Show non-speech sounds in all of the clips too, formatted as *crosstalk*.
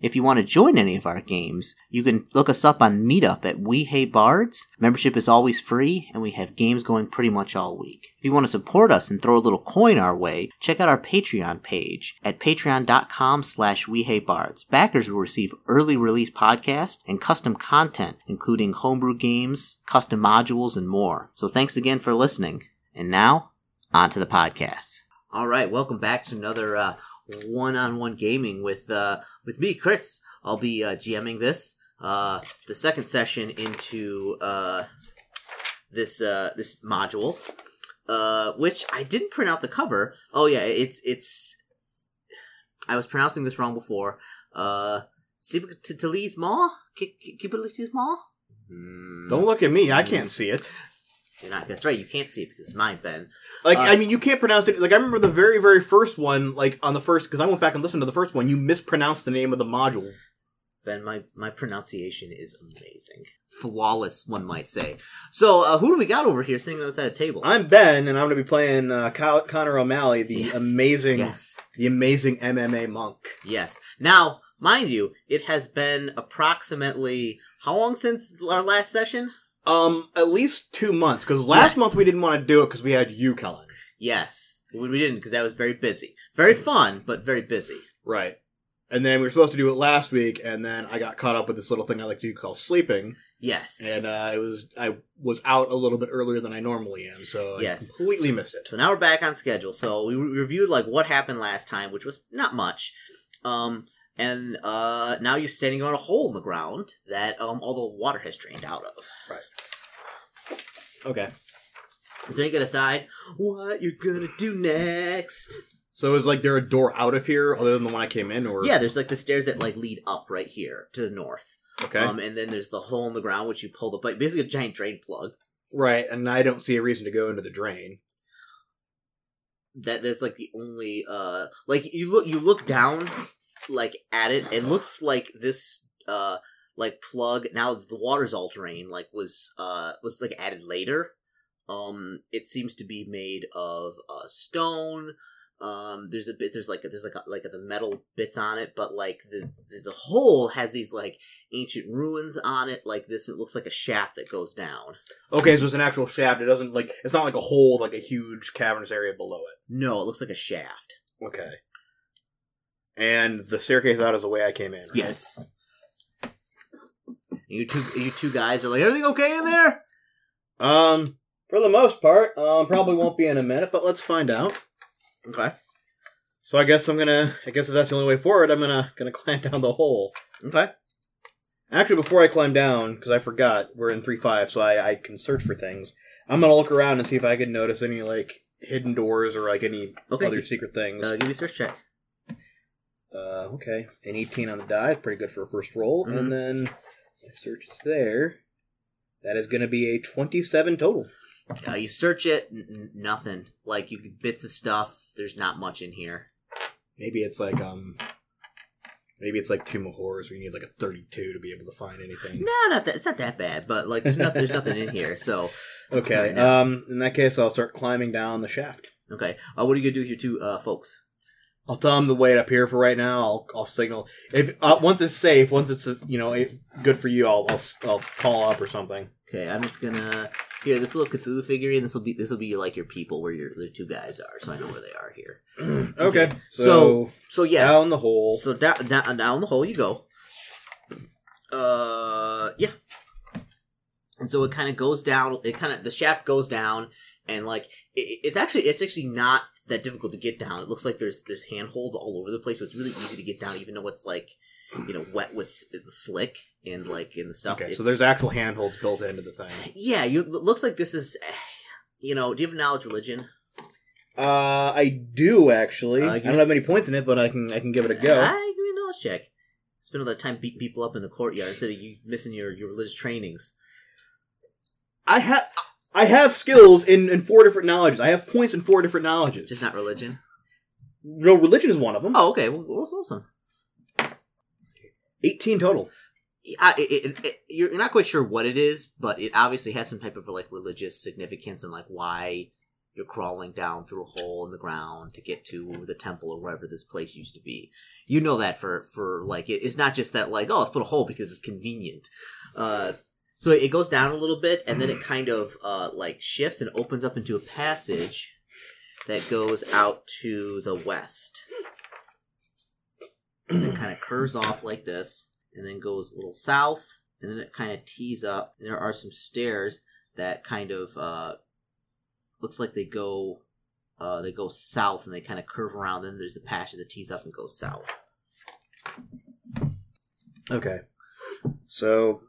If you want to join any of our games, you can look us up on Meetup at We Hate Bards. Membership is always free, and we have games going pretty much all week. If you want to support us and throw a little coin our way, check out our Patreon page at patreon.com slash We Hate Bards. Backers will receive early release podcasts and custom content, including homebrew games, custom modules, and more. So thanks again for listening. And now, on to the podcasts. All right, welcome back to another uh, one-on-one gaming with uh, with me, Chris. I'll be uh, GMing this uh, the second session into uh, this uh, this module, uh, which I didn't print out the cover. Oh yeah, it's it's. I was pronouncing this wrong before. Uh, Sibitali's Maw, Kibitali's Maw. Don't look at me. I can't Mm. see it. You're not. That's right. You can't see it because it's mine, Ben. Like, Uh, I mean, you can't pronounce it. Like, I remember the very, very first one, like, on the first, because I went back and listened to the first one, you mispronounced the name of the module. Ben, my, my pronunciation is amazing. Flawless, one might say. So, uh, who do we got over here sitting on the side of the table? I'm Ben, and I'm going to be playing uh, Con- Connor O'Malley, the Yes. amazing, yes, the amazing MMA monk. yes. Now, mind you, it has been approximately how long since our last session? Um, at least two months, because last Yes. month we didn't want to do it because we had you, Kellen. Yes, we we didn't because that was very busy, very fun, but very busy. Right. And then we were supposed to do it last week, and then I got caught up with this little thing I like to do called sleeping, Yes. and uh, I was I was out a little bit earlier than I normally am, so Yes. I completely missed it. So now we're back on schedule. So we re- reviewed like what happened last time, which was not much. Um, and uh, now you're standing on a hole in the ground that um, all the water has drained out of. Okay. So you gotta decide what you're gonna do next. So is like there a door out of here other than the one I came in, or Yeah, there's like the stairs that like lead up right here to the north. Okay, Um, and then there's the hole in the ground which you pull the like basically a giant drain plug. right. And I don't see a reason to go into the drain. That that's like the only uh like you look you look down like at it. It looks like this uh like plug now that the water's all drained like was uh was like added later. Um, it seems to be made of uh, stone. Um, there's a bit. There's like a, there's like a, like the metal bits on it, but like the, the the hole has these like ancient ruins on it. Like this, it looks like a shaft that goes down. Okay, so it's an actual shaft. It doesn't like it's not like a hole like a huge cavernous area below it. No, it looks like a shaft. Okay. And the staircase out is the way I came in. right? Yes. You two, you two guys are like, everything okay in there? Um, for the most part, um, probably won't be in a minute, but let's find out. Okay, So I guess I'm gonna. I guess if that's the only way forward, I'm gonna *laughs* gonna climb down the hole. okay. Actually, before I climb down, because I forgot we're in three five, so I, I can search for things. I'm gonna look around and see if I can notice any like hidden doors or like any Okay. other secret things. Uh, Uh, give me a search check. okay, an 18 on the die, is pretty good for a first roll, Mhm. and then my search is there. That is gonna be a 27 total. Uh, you search it, n- n- nothing. Like you bits of stuff. There's not much in here. Maybe it's like um, maybe it's like two Mahors, where you need like a 32 to be able to find anything. No, not that. It's not that bad. But like, there's, not, there's nothing *laughs* in here. So Okay, Right now. um, in that case, I'll start climbing down the shaft. okay. Uh, what are you gonna do with your two uh, folks? I'll tell him to wait up here for right now. I'll I'll signal if uh, once it's safe, once it's uh, you know it, good for you. I'll, I'll s- I'll call up or something. Okay, I'm just gonna here this little Cthulhu figurine. This will be this will be like your people where your the two guys are. So I know where they are here. Okay, So, so, So yes. down the hole. so down down down the hole you go. Uh yeah. And so it kind of goes down. It kind of the shaft goes down, and like it- it, it's actually it's actually not that difficult to get down. It looks like there's there's handholds all over the place, so it's really easy to get down, even though it's like you know wet with s- slick and like and the stuff. okay, so It's- there's actual handholds built into the thing. yeah, you it looks like this is, *sighs* you know, do you have knowledge religion? Uh, I do actually. Uh, I give don't me- have many points in it, but I can I can give it a go. I give me a knowledge check. Spend all that time beating people up in the courtyard instead of you missing your, your religious trainings. I have I have skills in in four different knowledges. I have points in four different knowledges. Just not religion. No, religion is one of them. Oh, okay. Well, what's awesome? 18 total. I, it, it, it, you're you're not quite sure what it is, but it obviously has some type of like religious significance and like why you're crawling down through a hole in the ground to get to the temple or wherever this place used to be. You know that for for like it, it's not just that like oh let's put a hole because it's convenient. Uh, so it goes down a little bit and then it kind of uh, like shifts and opens up into a passage that goes out to the west and then kind of curves off like this, and then goes a little south, and then it kind of tees up. And there are some stairs that kind of uh, looks like they go uh, they go south, and they kind of curve around. Then there's a passage that tees up and goes south. Okay. So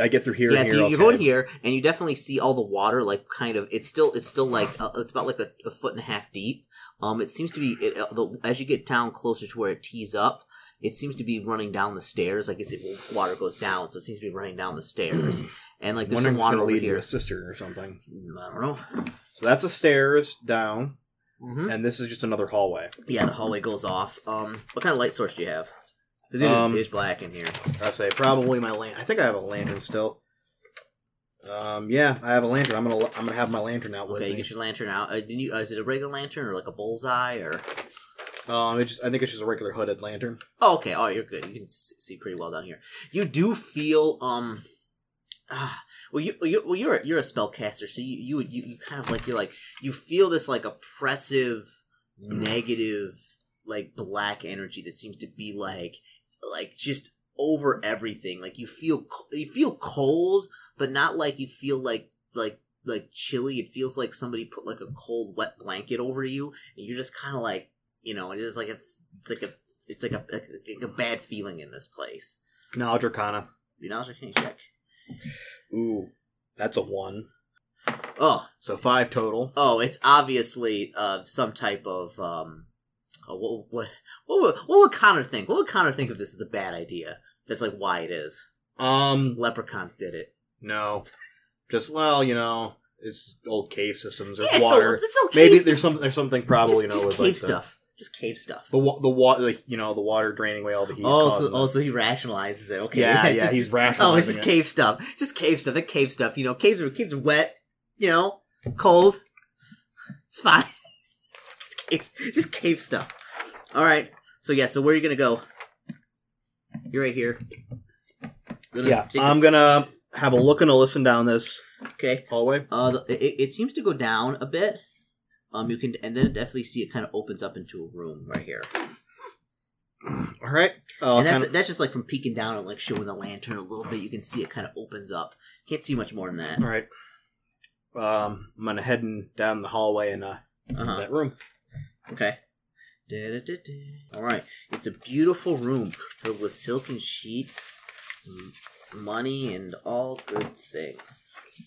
I get through here. yeah, and here. so you, okay. you go in here, and you definitely see all the water, like kind of. It's still, it's still like uh, it's about like a, a foot and a half deep. Um, it seems to be it, uh, the, as you get down closer to where it tees up, it seems to be running down the stairs. Like it's it, water goes down, so it seems to be running down the *clears throat* stairs. And like there's some Wondering if it's water gonna over lead to here. a cistern or something. Mm, I don't know. So that's the stairs down, hmm and this is just another hallway. Yeah, the hallway goes off. Um, what kind of light source do you have? Because it is Um, pitch black in here. I say probably my lantern. I think I have a lantern still. Um, yeah, I have a lantern. I'm gonna I'm gonna have my lantern out with Okay, you me. get your lantern out. Uh, did you, uh, is it a regular lantern or like a bullseye or? Um, it just, I think it's just a regular hooded lantern. Oh, okay. Oh, you're good. You can s- see pretty well down here. You do feel um. ah, well, you you well you're a- you're a spellcaster, so you you you, you kind of like you're like you feel this like oppressive, negative, like black energy that seems to be like like just over everything. Like you feel c- you feel cold, but not like you feel like like like chilly. It feels like somebody put like a cold wet blanket over you, and you're just kind of like you know it is like a it's like a it's like a, like a, like a bad feeling in this place. Knowledge Arcana. You know, so can you check? Ooh, that's a one. Oh, So five total. oh, it's obviously uh, some type of um, uh, what, what what would what would Connor think? What would Connor think if this is a bad idea? That's like why it is. Um, Leprechauns did it. no, just well, you know, it's old cave systems. There's Yeah, it's all- water. it's all Maybe cave there's some there's something just, probably you know just with cave like the, stuff. Just cave stuff. the wa- the water like, you know the water draining away all the heat. Oh, causing so, the- oh, so he rationalizes it. Okay, *laughs* yeah, yeah, just- he's Oh, rationalizing it's just it. cave stuff. Just cave stuff. The cave stuff. You know, caves are caves are wet. You know, cold. It's fine. *laughs* it's caves, just cave stuff. All right. So yeah. So where are you gonna go? You're right here. You're gonna Yeah, take I'm this- gonna have a look and a listen down this Okay. hallway. Uh, the, it, it seems to go down a bit. Um, you can and then definitely see it kind of opens up into a room right here. All right. Uh, and that's kinda- that's just like from peeking down and like showing the lantern a little bit. You can see it kind of opens up. Can't see much more than that. All right. Um, I'm gonna head in down the hallway and uh, Uh-huh. that room. Okay. Da-da-da-da. All right. It's a beautiful room filled with silken sheets, m- money, and all good things.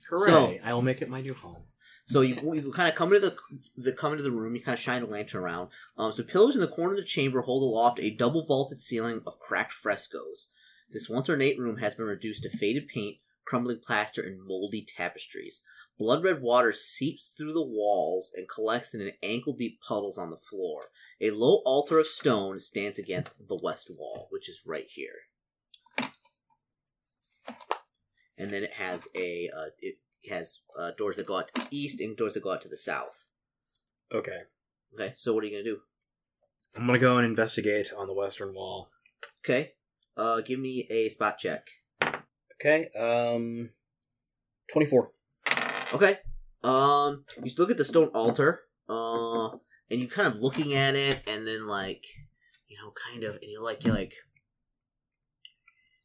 Hooray! I will make it my new home. So you, you kind of come into the, the come into the room. You kind of shine a lantern around. Um, so pillars in the corner of the chamber hold aloft a double vaulted ceiling of cracked frescoes. This once ornate room has been reduced to faded paint, crumbling plaster, and moldy tapestries. Blood red water seeps through the walls and collects in an ankle deep puddles on the floor. A low altar of stone stands against the west wall, which is right here. And then it has a uh, it has uh, doors that go out to the east and doors that go out to the south. Okay. Okay, so what are you gonna do? I'm gonna go and investigate on the western wall. Okay, uh, give me a spot check. Okay. Um, twenty-four. Okay. Um, you just look at the stone altar, uh, and you kind of looking at it, and then like, you know, kind of, and you're like, you're like,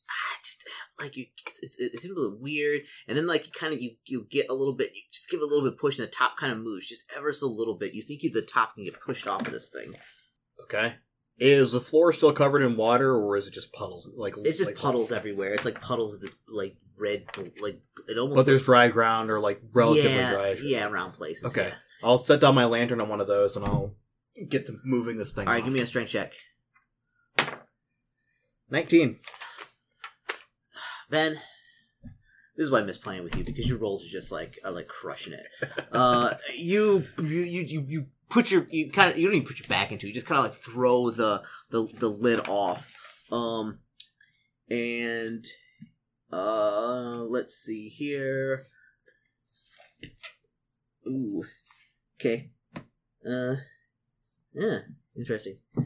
ah, it's just, like you, it's, it's, it's a little weird, and then like you kind of you you get a little bit, you just give it a little bit push, and the top kind of moves just ever so little bit. You think you the top can get pushed off of this thing. Okay. Is the floor still covered in water, or is it just puddles? Like It's just like- puddles everywhere. It's like puddles of this like red, like it almost. But there's dry ground, or like relatively yeah, dry. yeah, around places. Okay. yeah. I'll set down my lantern on one of those, and I'll get to moving this thing. All right, off. give me a strength check. nineteen. Ben, this is why I miss playing with you because your rolls are just like are like crushing it. Uh, you, you you you you put your you kind of you don't even put your back into. it. You just kind of like throw the the the lid off. Um, and uh, let's see here. Ooh, okay. Uh, yeah, interesting. Uh,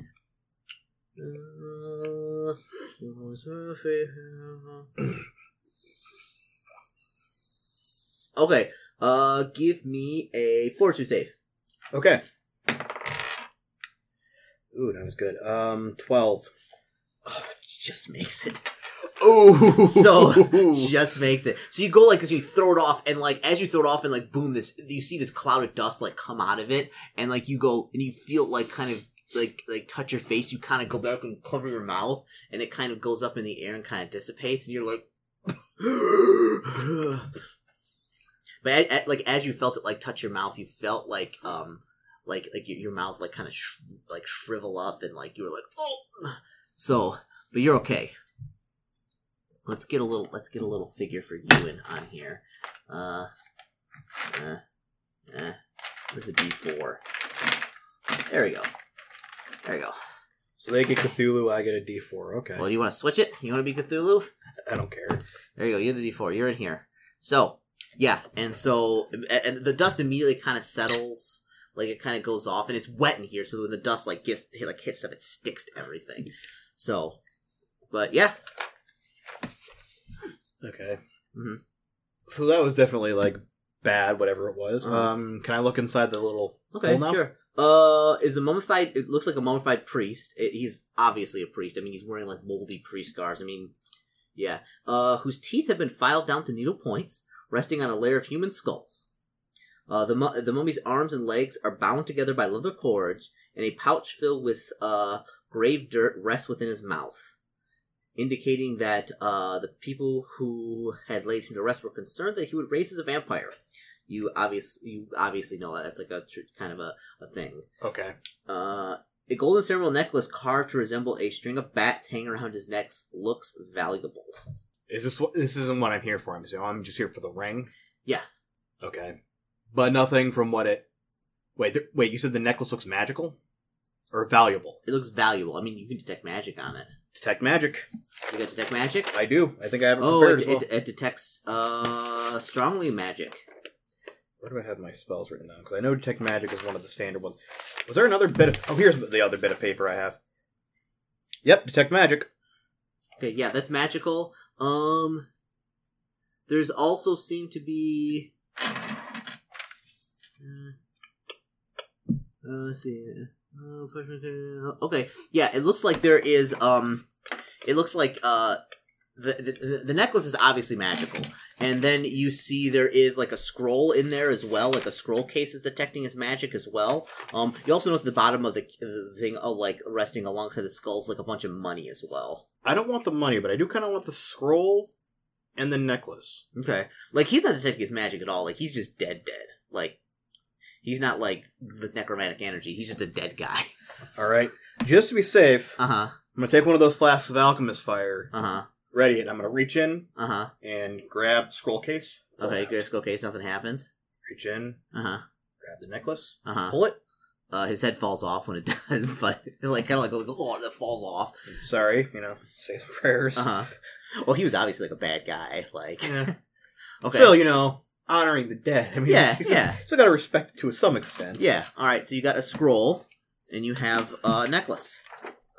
okay. Uh, give me a fortitude save. Okay. Ooh, that was good. Um, twelve. Oh, just makes it. *laughs* Ooh. So just makes it. So you go like this, you throw it off, and like as you throw it off, and like boom, this you see this cloud of dust like come out of it, and like you go and you feel like kind of like like touch your face. You kind of go back and cover your mouth, and it kind of goes up in the air and kind of dissipates, and you're like. *laughs* but at, at- like as you felt it like touch your mouth, you felt like um like like your, your mouth like kind of sh- like shrivel up, and like you were like oh. So, but you're okay let's get a little let's get a little figure for you in on here. Uh, uh, uh where's the D four? There we go. There we go. so they get Cthulhu. I get a D four. Okay. Well, do you want to switch it? You want to be Cthulhu? I don't care. There you go. You're the D four. You're in here. So yeah, and so a- and the dust immediately kind of settles. Like it kind of goes off, and it's wet in here. So when the dust like gets like hits stuff, it sticks to everything. So, but yeah, Okay. Mm-hmm. Mhm. So that was definitely like bad, whatever it was. Uh-huh. Um, can I look inside the little? Okay, hole now? sure. Uh, is a mummified? It looks like a mummified priest. It, he's obviously a priest. I mean, he's wearing like moldy priest scars. I mean, yeah. Uh, whose teeth have been filed down to needle points, resting on a layer of human skulls. Uh, the mu- the mummy's arms and legs are bound together by leather cords, and a pouch filled with uh grave dirt rests within his mouth, indicating that uh the people who had laid him to rest were concerned that he would raise as a vampire. You obviously you obviously know that that's like a tr- kind of a a thing. Okay. Uh, a golden ceremonial necklace carved to resemble a string of bats hanging around his neck looks valuable. Is this what? This isn't what I'm here for. I'm so I'm just here for the ring. Yeah. Okay. But nothing from what it. Wait, there, wait. You said the necklace looks magical, or valuable? It looks valuable. I mean, you can detect magic on it. Detect magic. You got detect magic? I do. I think I have it Oh, prepared it, as well. it, it detects uh, strongly magic. Where do I have my spells written down? Because I know detect magic is one of the standard ones. Was there another bit of? Oh, here's the other bit of paper I have. Yep, detect magic. Okay, yeah, that's magical. Um, there's also seem to be. Uh, uh, let's see. Uh, question- Okay, yeah, it looks like there is. Um, it looks like uh, the, the the necklace is obviously magical, and then you see there is like a scroll in there as well, like a scroll case is detecting as magic as well. Um, you also notice the bottom of the, the thing, uh, like resting alongside the skulls, like a bunch of money as well. I don't want the money, but I do kind of want the scroll and the necklace. Okay. Like he's not detecting his magic at all. Like he's just dead dead. Like he's not like with necromantic energy. He's just a dead guy. *laughs* All right. Just to be safe, I'm Uh-huh. gonna take one of those flasks of alchemist fire, Uh-huh. ready it. I'm gonna reach in Uh-huh. and grab scroll case. pull Okay, it out. good go case, nothing happens. Reach in, Uh-huh. grab the necklace, Uh-huh. pull it. Uh his head falls off when it *laughs* does, but like kinda like, like oh that falls off. I'm sorry, you know, say the prayers. *laughs* Uh-huh. Well he was obviously like a bad guy. Like Yeah. Okay. Still, you know, honoring the dead. I mean, *laughs* yeah, he's- yeah. Still gotta respect it to some extent. Yeah. Alright, so you got a scroll and you have a necklace.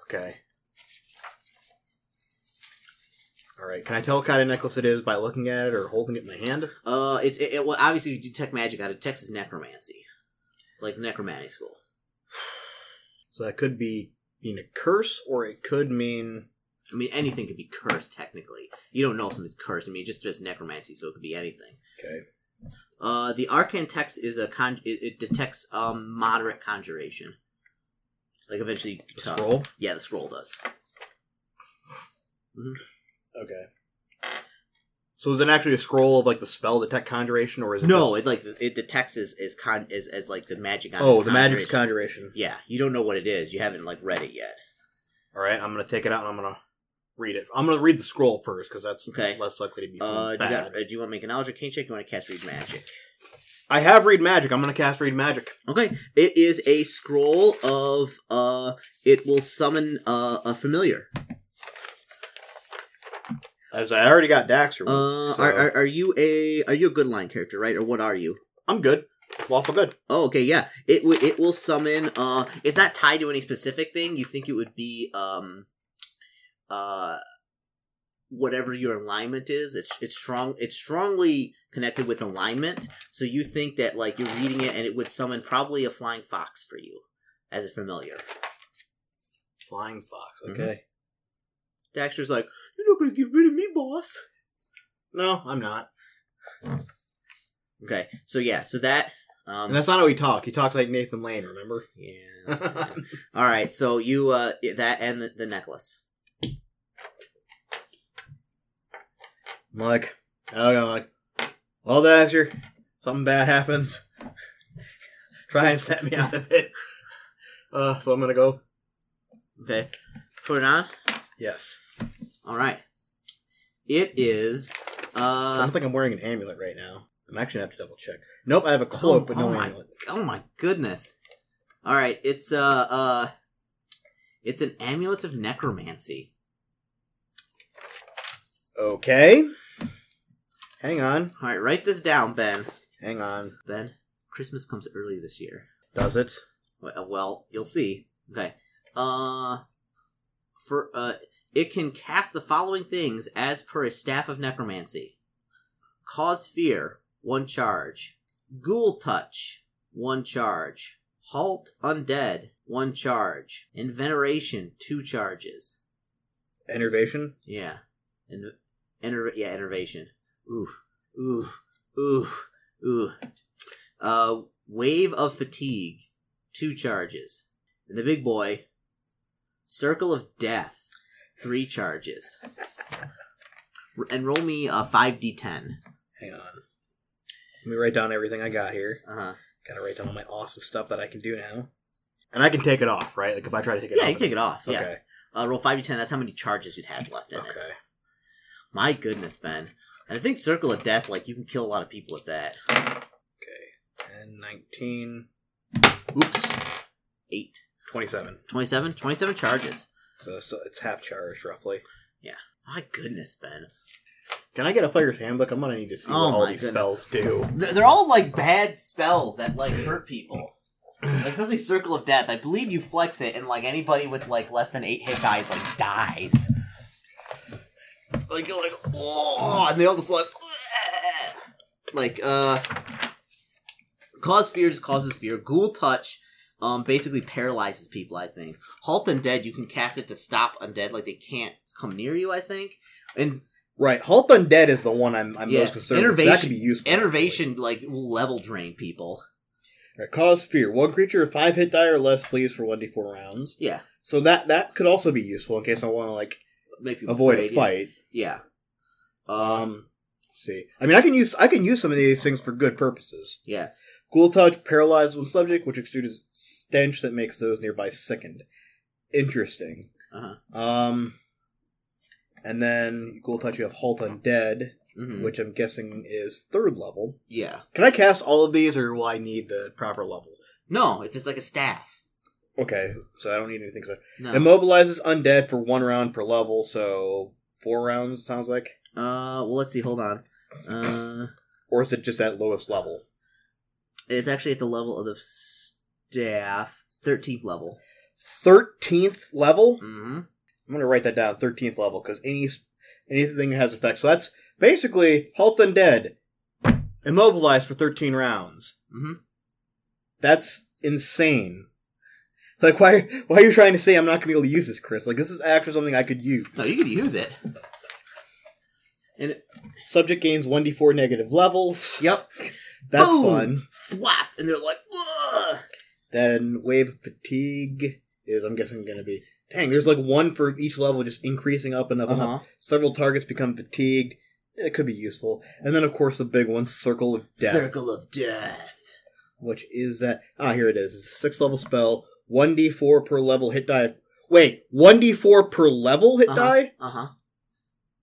Okay. All right. Can I tell what kind of necklace it is by looking at it or holding it in my hand? Uh it's it, it well obviously you detect magic out of Texas necromancy. It's like necromancy school. So that could be mean a curse, or it could mean I mean, anything could be cursed technically. You don't know if something's cursed. I mean, it just says necromancy, so it could be anything. okay. Uh, the arcane text is a con. It, it detects um moderate conjuration. Like eventually, The uh, scroll. Yeah, the scroll does. Okay. So is it actually a scroll of like the spell detect conjuration, or is it No, just- it like it detects as as con as, as like the magic. On oh, its the magic's conjuration. conjuration. Yeah, you don't know what it is. You haven't like read it yet. All right. I'm gonna take it out and I'm gonna read it. I'm gonna read the scroll first because that's Okay. less likely to be something Uh, do you, bad. got, uh, do you want to make an knowledge arcane check? You want to cast read magic? I have read magic. I'm gonna cast read magic. Okay, it is a scroll of uh, it will summon uh, a familiar. As I already got Daxter. Uh, so are, are are you a are you a good line character, right? Or what are you? I'm good. Lawful good. Oh, okay, yeah. It w- it will summon. Uh, it's not tied to any specific thing. You think it would be um, uh, whatever your alignment is. It's it's strong. It's strongly connected with alignment. So you think that like you're reading it, and it would summon probably a flying fox for you as a familiar. Flying fox. Mhm. Okay. Daxter's like, you're not gonna get rid of me, boss. No, I'm not. Okay, so yeah, so that. Um, And that's not how he talks. He talks like Nathan Lane. Remember? yeah. *laughs* All right, so you uh that and the, the necklace. I'm like, oh, I'm like, well, Daxter, something bad happens. *laughs* Try and set me out of it. Uh, so I'm gonna go. Okay, put it on. Yes. All right. It is. I don't Uh, think I'm wearing an amulet right now. I'm actually gonna have to double check. Nope, I have a cloak, Oh, but no oh my- amulet. oh my goodness. All right. It's uh uh. It's an amulet of necromancy. Okay. Hang on. All right, write this down, Ben. Hang on. Ben, Christmas comes early this year. Does it? Well, well, you'll see. Okay. Uh, for uh, it can cast the following things as per a staff of necromancy: cause fear, one charge; ghoul touch, one charge; halt undead, one charge; and veneration, two charges. Enervation? Yeah, and enter yeah enervation. Ooh, ooh, ooh, ooh. Uh, wave of fatigue, two charges, and the big boy. Circle of death, three charges. R- And roll me a five d ten. Hang on. Let me write down everything I got here. Uh huh. Gotta write down all my awesome stuff that I can do now. And I can take it off, right? Like if I try to take it Yeah, off. you take it off. Yeah. Okay. Uh, roll five d ten. That's how many charges you'd have left in it. Okay. My goodness, Ben. And I think circle of death, like you can kill a lot of people with that. Okay. 10, 19. Oops. Eight. 27. 27? 27 charges. So, so it's half charged, roughly. My goodness, Ben. Can I get a player's handbook? I'm gonna need to see Oh what all my these goodness. spells do. They're they're all like bad spells that like hurt people. Like especially Circle of Death. I believe you flex it, and like anybody with like less than eight hit guys like dies. Like you're like oh, and they all just like "Ugh." like uh, cause fear just causes fear. Ghoul touch. Um, basically paralyzes people. I think halt undead. You can cast it to stop undead, like they can't come near you. I think, and Right. Halt Undead is the one I'm, I'm Yeah, most concerned with. That could be useful. enervation like will level drain people. Right, cause fear. One creature of five hit die or less flees for one d four rounds. Yeah, So that that could also be useful in case I want to like make people avoid a afraid, fight. Yeah. yeah. Um. Um, let's see, I mean, I can use I can use some of these things for good purposes. Yeah. Ghoul touch paralyzes one subject, which exudes stench that makes those nearby sickened. Interesting. Uh-huh. Um, and then ghoul touch. You have halt undead, mhm, which I'm guessing is third level. Yeah. Can I cast all of these, or will I need the proper levels? No, it's just like a staff. Okay, so I don't need anything special. No. Immobilizes undead for one round per level, so four rounds it sounds like. uh. Well, let's see. Hold on. Uh. Or is it just at lowest level? It's actually at the level of the staff, thirteenth level. Thirteenth level. Mm-hmm. I'm gonna write that down. Thirteenth level because any anything that has effects. So that's basically halt undead, immobilized for thirteen rounds. Mhm. That's insane. Like why why are you trying to say I'm not gonna be able to use this, Chris? Like this is actually something I could use. No, you could use it. And it- Subject gains one d four negative levels. yep, That's Boom. fun. flap, and they're like, Ugh! Then wave of fatigue is, I'm guessing, going to be. Dang, there's like one for each level, just increasing up and up and up. Uh-huh. Several targets become fatigued. It could be useful. And then, of course, the big one, Circle of Death, Circle of death. which is that. Ah, here it is. It's a six level spell, 1d4 per level hit die. Wait, 1d4 per level hit Uh-huh. die? Uh huh.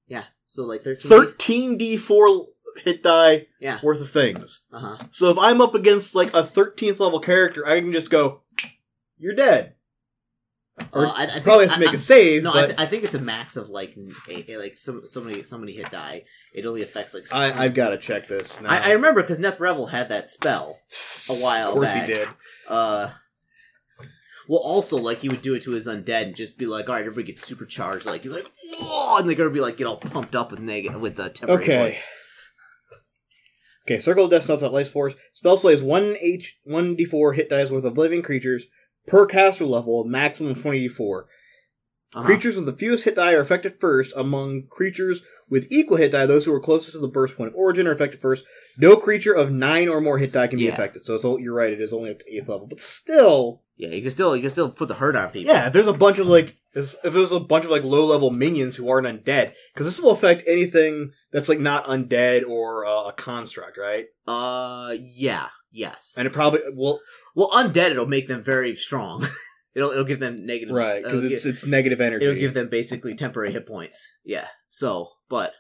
Yeah. So like thirteen. 13d4 hit die Yeah. worth of things. Uh huh. So if I'm up against like a 13th level character, I can just go, "You're dead." Or Uh, I- I think- probably has to make I- a save, No, I, but th- I think it's a max of like n- a, a- like some somebody somebody hit die. It only affects like. I, some- I've got to check this now. I, I remember because Neth Revel had that spell. a while Of course back. he did. Uh, well, also like he would do it to his undead and just be like, "All right, everybody gets supercharged." Like he's like, "Whoa!" and they're gonna be like get all pumped up with negative with uh, temporary. Okay. points. Okay, Circle of Death snuffs out Life Force. Spell slays 1 H 1d4 hit dice worth of living creatures per caster level, a maximum of 20d4. Uh-huh. Creatures with the fewest hit die are affected first. Among creatures with equal hit die, those who are closest to the burst point of origin are affected first. No creature of 9 or more hit die can be Yeah. affected. So it's, all- you're right, it is only up to 8th level. But still, Yeah, you can still you can still put the hurt on people. yeah, if there's a bunch of like. If, if there's a bunch of like low level minions who aren't undead, because this will affect anything that's like not undead or uh, a construct, right? Uh, yeah, yes. And it probably well, well, undead it'll make them very strong. *laughs* it'll it'll give them negative. right because it'll it's gi- it's negative energy. it'll give them basically temporary hit points. Yeah. So, but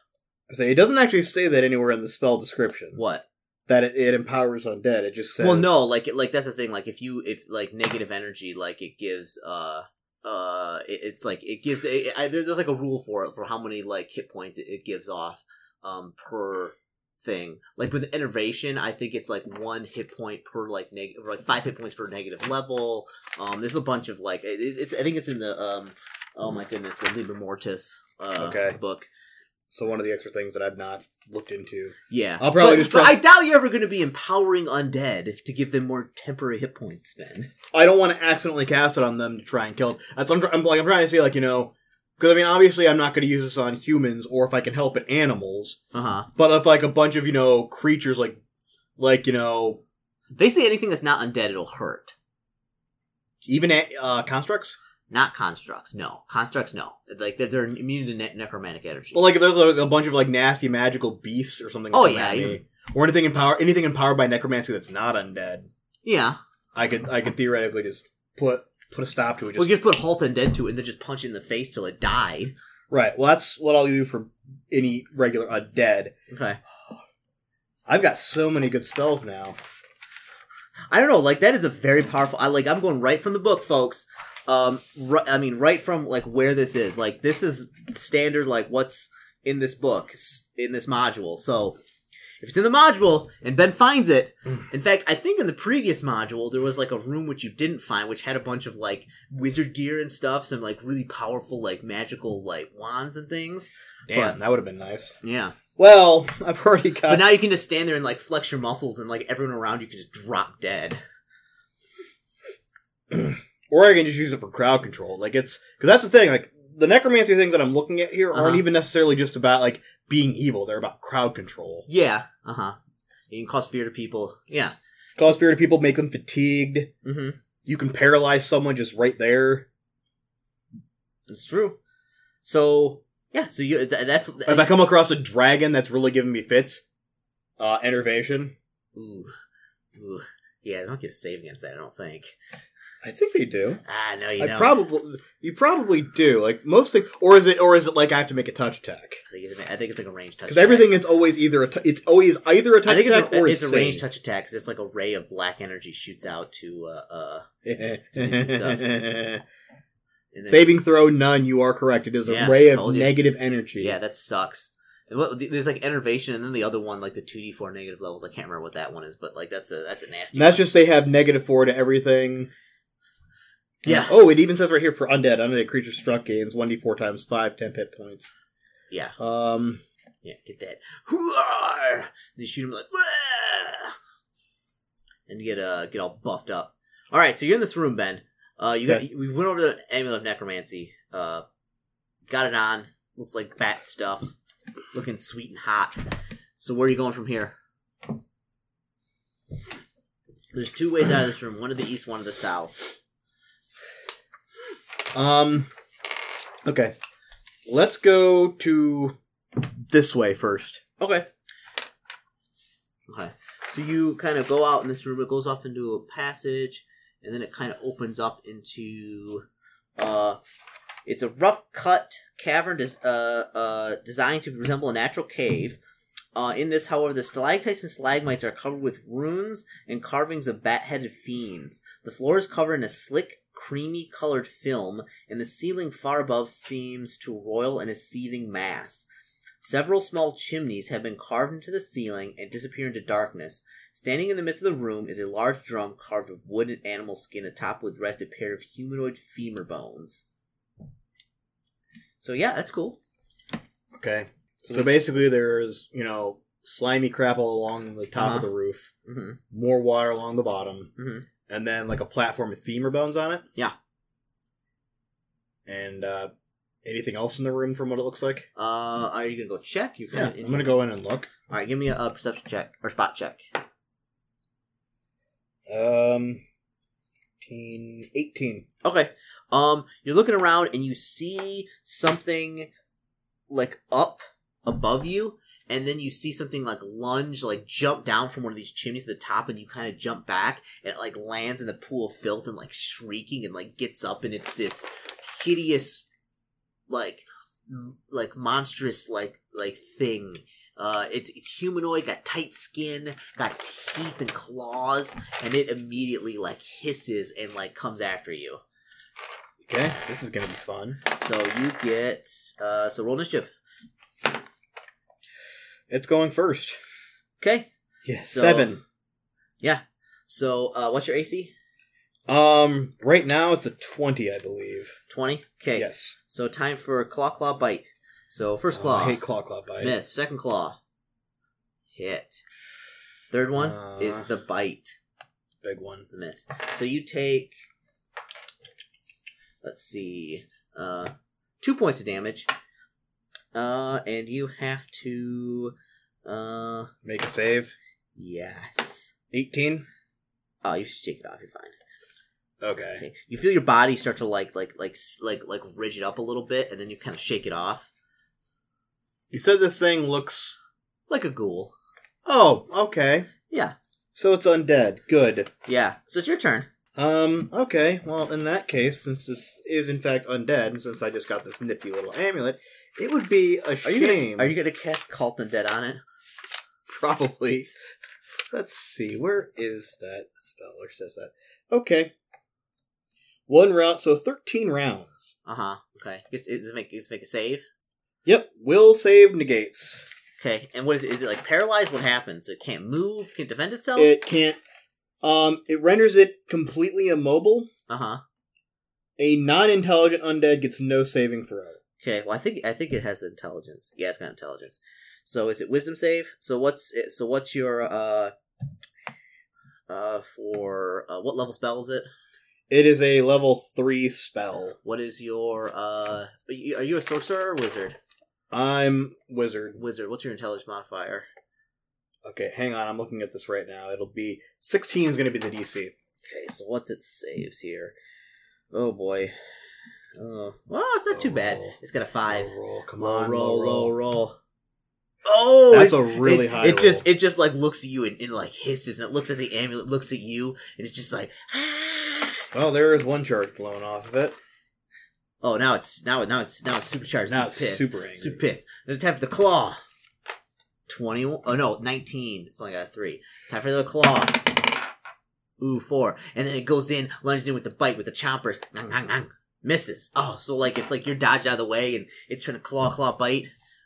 I say it doesn't actually say that anywhere in the spell description what? that it, it empowers undead. It just says Well, no, like it, like that's the thing. Like if you if like negative energy, like it gives uh uh it, it's like it gives it, I, there's, there's like a rule for it for how many like hit points it, it gives off um per thing. Like with innervation, I think it's like one hit point per like negative, like five hit points per negative level. Um, there's a bunch of like it, it's I think it's in the um oh my goodness the Liber Mortis uh Okay. book So one of the extra things that I've not looked into. Yeah, I'll probably But- just but trust- I doubt you're ever going to be empowering undead to give them more temporary hit points. Then I don't want to accidentally cast it on them to try and kill. It. That's I'm, tr- I'm like I'm trying to say like you know because I mean obviously I'm not going to use this on humans or if I can help it animals. uh huh. But if like a bunch of you know creatures like like you know Basically, anything that's not undead, it'll hurt. even a- uh, constructs. Not constructs. No constructs. No, like they're, they're immune to ne- necromantic energy. Well, like if there's like a bunch of like nasty magical beasts or something. that Oh, come yeah, at me, you- or anything empower anything empowered by necromancy that's not undead. yeah, I could I could theoretically just put put a stop to it. Just, well, you just put halt undead to it, and then just punch it in the face till it died. right. Well, that's what I'll do for any regular undead. Okay, I've got so many good spells now. I don't know. Like that is a very powerful. I like. I'm going right from the book, folks. Um, ri- I mean, right from like where this is. Like this is standard. Like what's in this book s- in this module. So if it's in the module and Ben finds it, in fact, I think in the previous module there was like a room which you didn't find, which had a bunch of like wizard gear and stuff, some like really powerful like magical like wands and things. Damn, But- that would have been nice. Yeah, Well, *laughs* I've already got. but now you can just stand there and like flex your muscles, and like everyone around you can just drop dead. or I can just use it for crowd control. Like it's because that's the thing. Like the necromancy things that I'm looking at here aren't Uh-huh. even necessarily just about like being evil. They're about crowd control. Yeah. Uh huh. You can cause fear to people. Yeah. Cause fear to people, make them fatigued. Mm-hmm. You can paralyze someone just right there. It's true. So yeah. So you tha- that's If I come across a dragon that's really giving me fits, uh, enervation. ooh, ooh. Yeah, I don't get a save against that. I don't think. I think they do. Ah, no, you I know. probably you probably do. Like most things, or is it or is it like I have to make a touch attack? I think it's, I think it's like a range touch. Because attack. everything is always either a t- it's always either a I touch think attack it's a, or it's a save. range touch attack 'cause it's like a ray of black energy shoots out to uh, uh *laughs* and then- Saving throw none. You are correct. It is a Yeah, ray of told you. negative energy. Yeah, that sucks. And what- There's like enervation, and then the other one, like the two d four negative levels. I can't remember what that one is, but like that's a that's a nasty. And that's one. just they have negative four to everything. Yeah. Oh, it even says right here for undead. Undead creature struck gains 1d4 times 5, 10 hit points. yeah. Um, Yeah, get that. Hoo-ah! They shoot him like, "Wah!" and get uh get all buffed up. All right, so you're in this room, Ben. Uh, you got we went over the amulet of necromancy. Uh, got it on. Looks like bat stuff. Looking sweet and hot. So where are you going from here? There's two ways out of this room. One to the east, one to the south. um, okay. Let's go to this way first. Okay. Okay. So you kind of go out in this room. It goes off into a passage, and then it kind of opens up into. Uh, it's a rough cut cavern des- uh, uh, designed to resemble a natural cave. Uh, in this, however, the stalactites and stalagmites are covered with runes and carvings of bat headed fiends. The floor is covered in a slick, creamy colored film, and the ceiling far above seems to roil in a seething mass. Several small chimneys have been carved into the ceiling and disappear into darkness. Standing in the midst of the room is a large drum carved of wood and animal skin atop with rest a pair of humanoid femur bones. So yeah, that's cool. Okay. Mm-hmm. So basically, there's you know slimy crap all along the top of Uh-huh. the roof, hmm more water along the bottom, Mhm. and then like a platform with femur bones on it. Yeah. And uh, anything else in the room from what it looks like? Uh, are you gonna go check? You Yeah, can. I'm gonna go in and look. All right, give me a, uh perception check or spot check. Um, 15, 18. Okay. Um, you're looking around and you see something like up above you, and then you see something like lunge, like jump down from one of these chimneys to the top, and you kind of jump back, and it like lands in the pool of filth and like shrieking and like gets up, and it's this hideous, like, m- like monstrous, like like thing. Uh, it's it's humanoid, got tight skin, got teeth and claws, and it immediately like hisses and like comes after you. Okay, this is gonna be fun. So you get uh so roll initiative. It's going first. Okay. Yes, So- seven. Yeah. So uh what's your AC? Um, right now it's a twenty, I believe. Twenty. Okay. Yes. So time for claw claw bite. So first Oh, claw. I hate claw claw bite. miss. Second claw. Hit. Third one Uh. is the bite. Big one. The miss. So you take let's see. Uh two points of damage. Uh and you have to uh Make a save. yes. Eighteen. Oh, you should shake it off. You're fine. Okay. Okay. You feel your body start to like, like, like, s- like, like rigid up a little bit, and then you kind of shake it off You said this thing looks. like a ghoul. Oh, okay. Yeah, So it's undead. Good. yeah. So it's your turn. Um. Okay. Well, in that case, since this is in fact undead, and since I just got this nifty little amulet, it would be a Are shame. you gonna, are you gonna cast Cult and Dead on it? probably. Let's see, where is that speller says that? Okay. One round, so 13 rounds. Uh huh. Okay. Just, it, does it make does it make a save? Yep, will save negates. Okay. And what is it? Is it like paralyzed? What happens? It can't move. Can't defend itself. It can't, um, it renders it completely immobile. uh huh. A non intelligent undead gets no saving throw. Okay. Well, I think I think it has intelligence. Yeah, it's got intelligence. So is it wisdom save? So what's it, so what's your uh uh for uh, what level spell is it? It is a level 3 spell. What is your uh? Are you, are you a sorcerer or wizard? I'm wizard. Wizard. What's your intelligence modifier? Okay, hang on, I'm looking at this right now. It'll be 16 is going to be the DC. Okay, so what's it saves here? Oh boy. Oh, well, it's not too bad. It's got a five. Low roll, come Low on, roll, low roll. low roll. Oh, That's it- a really it, high It roll. just it just like looks at you and, and like hisses, and it looks at the amulet, looks at you, and it's just like. "Ah." Well, there is one charge blown off of it. Oh, now it's now it now it's now it's supercharged. Now it's super pissed. super angry. Super pissed. Then time for the claw. Twenty. Oh no, nineteen. It's only got a three. Time for the claw. Ooh, four. And then it goes in, lunges in with the bite with the chompers. Ngang, ngang, ngang. Misses. Oh, so like it's like you're dodged out of the way, and it's trying to claw, claw, bite.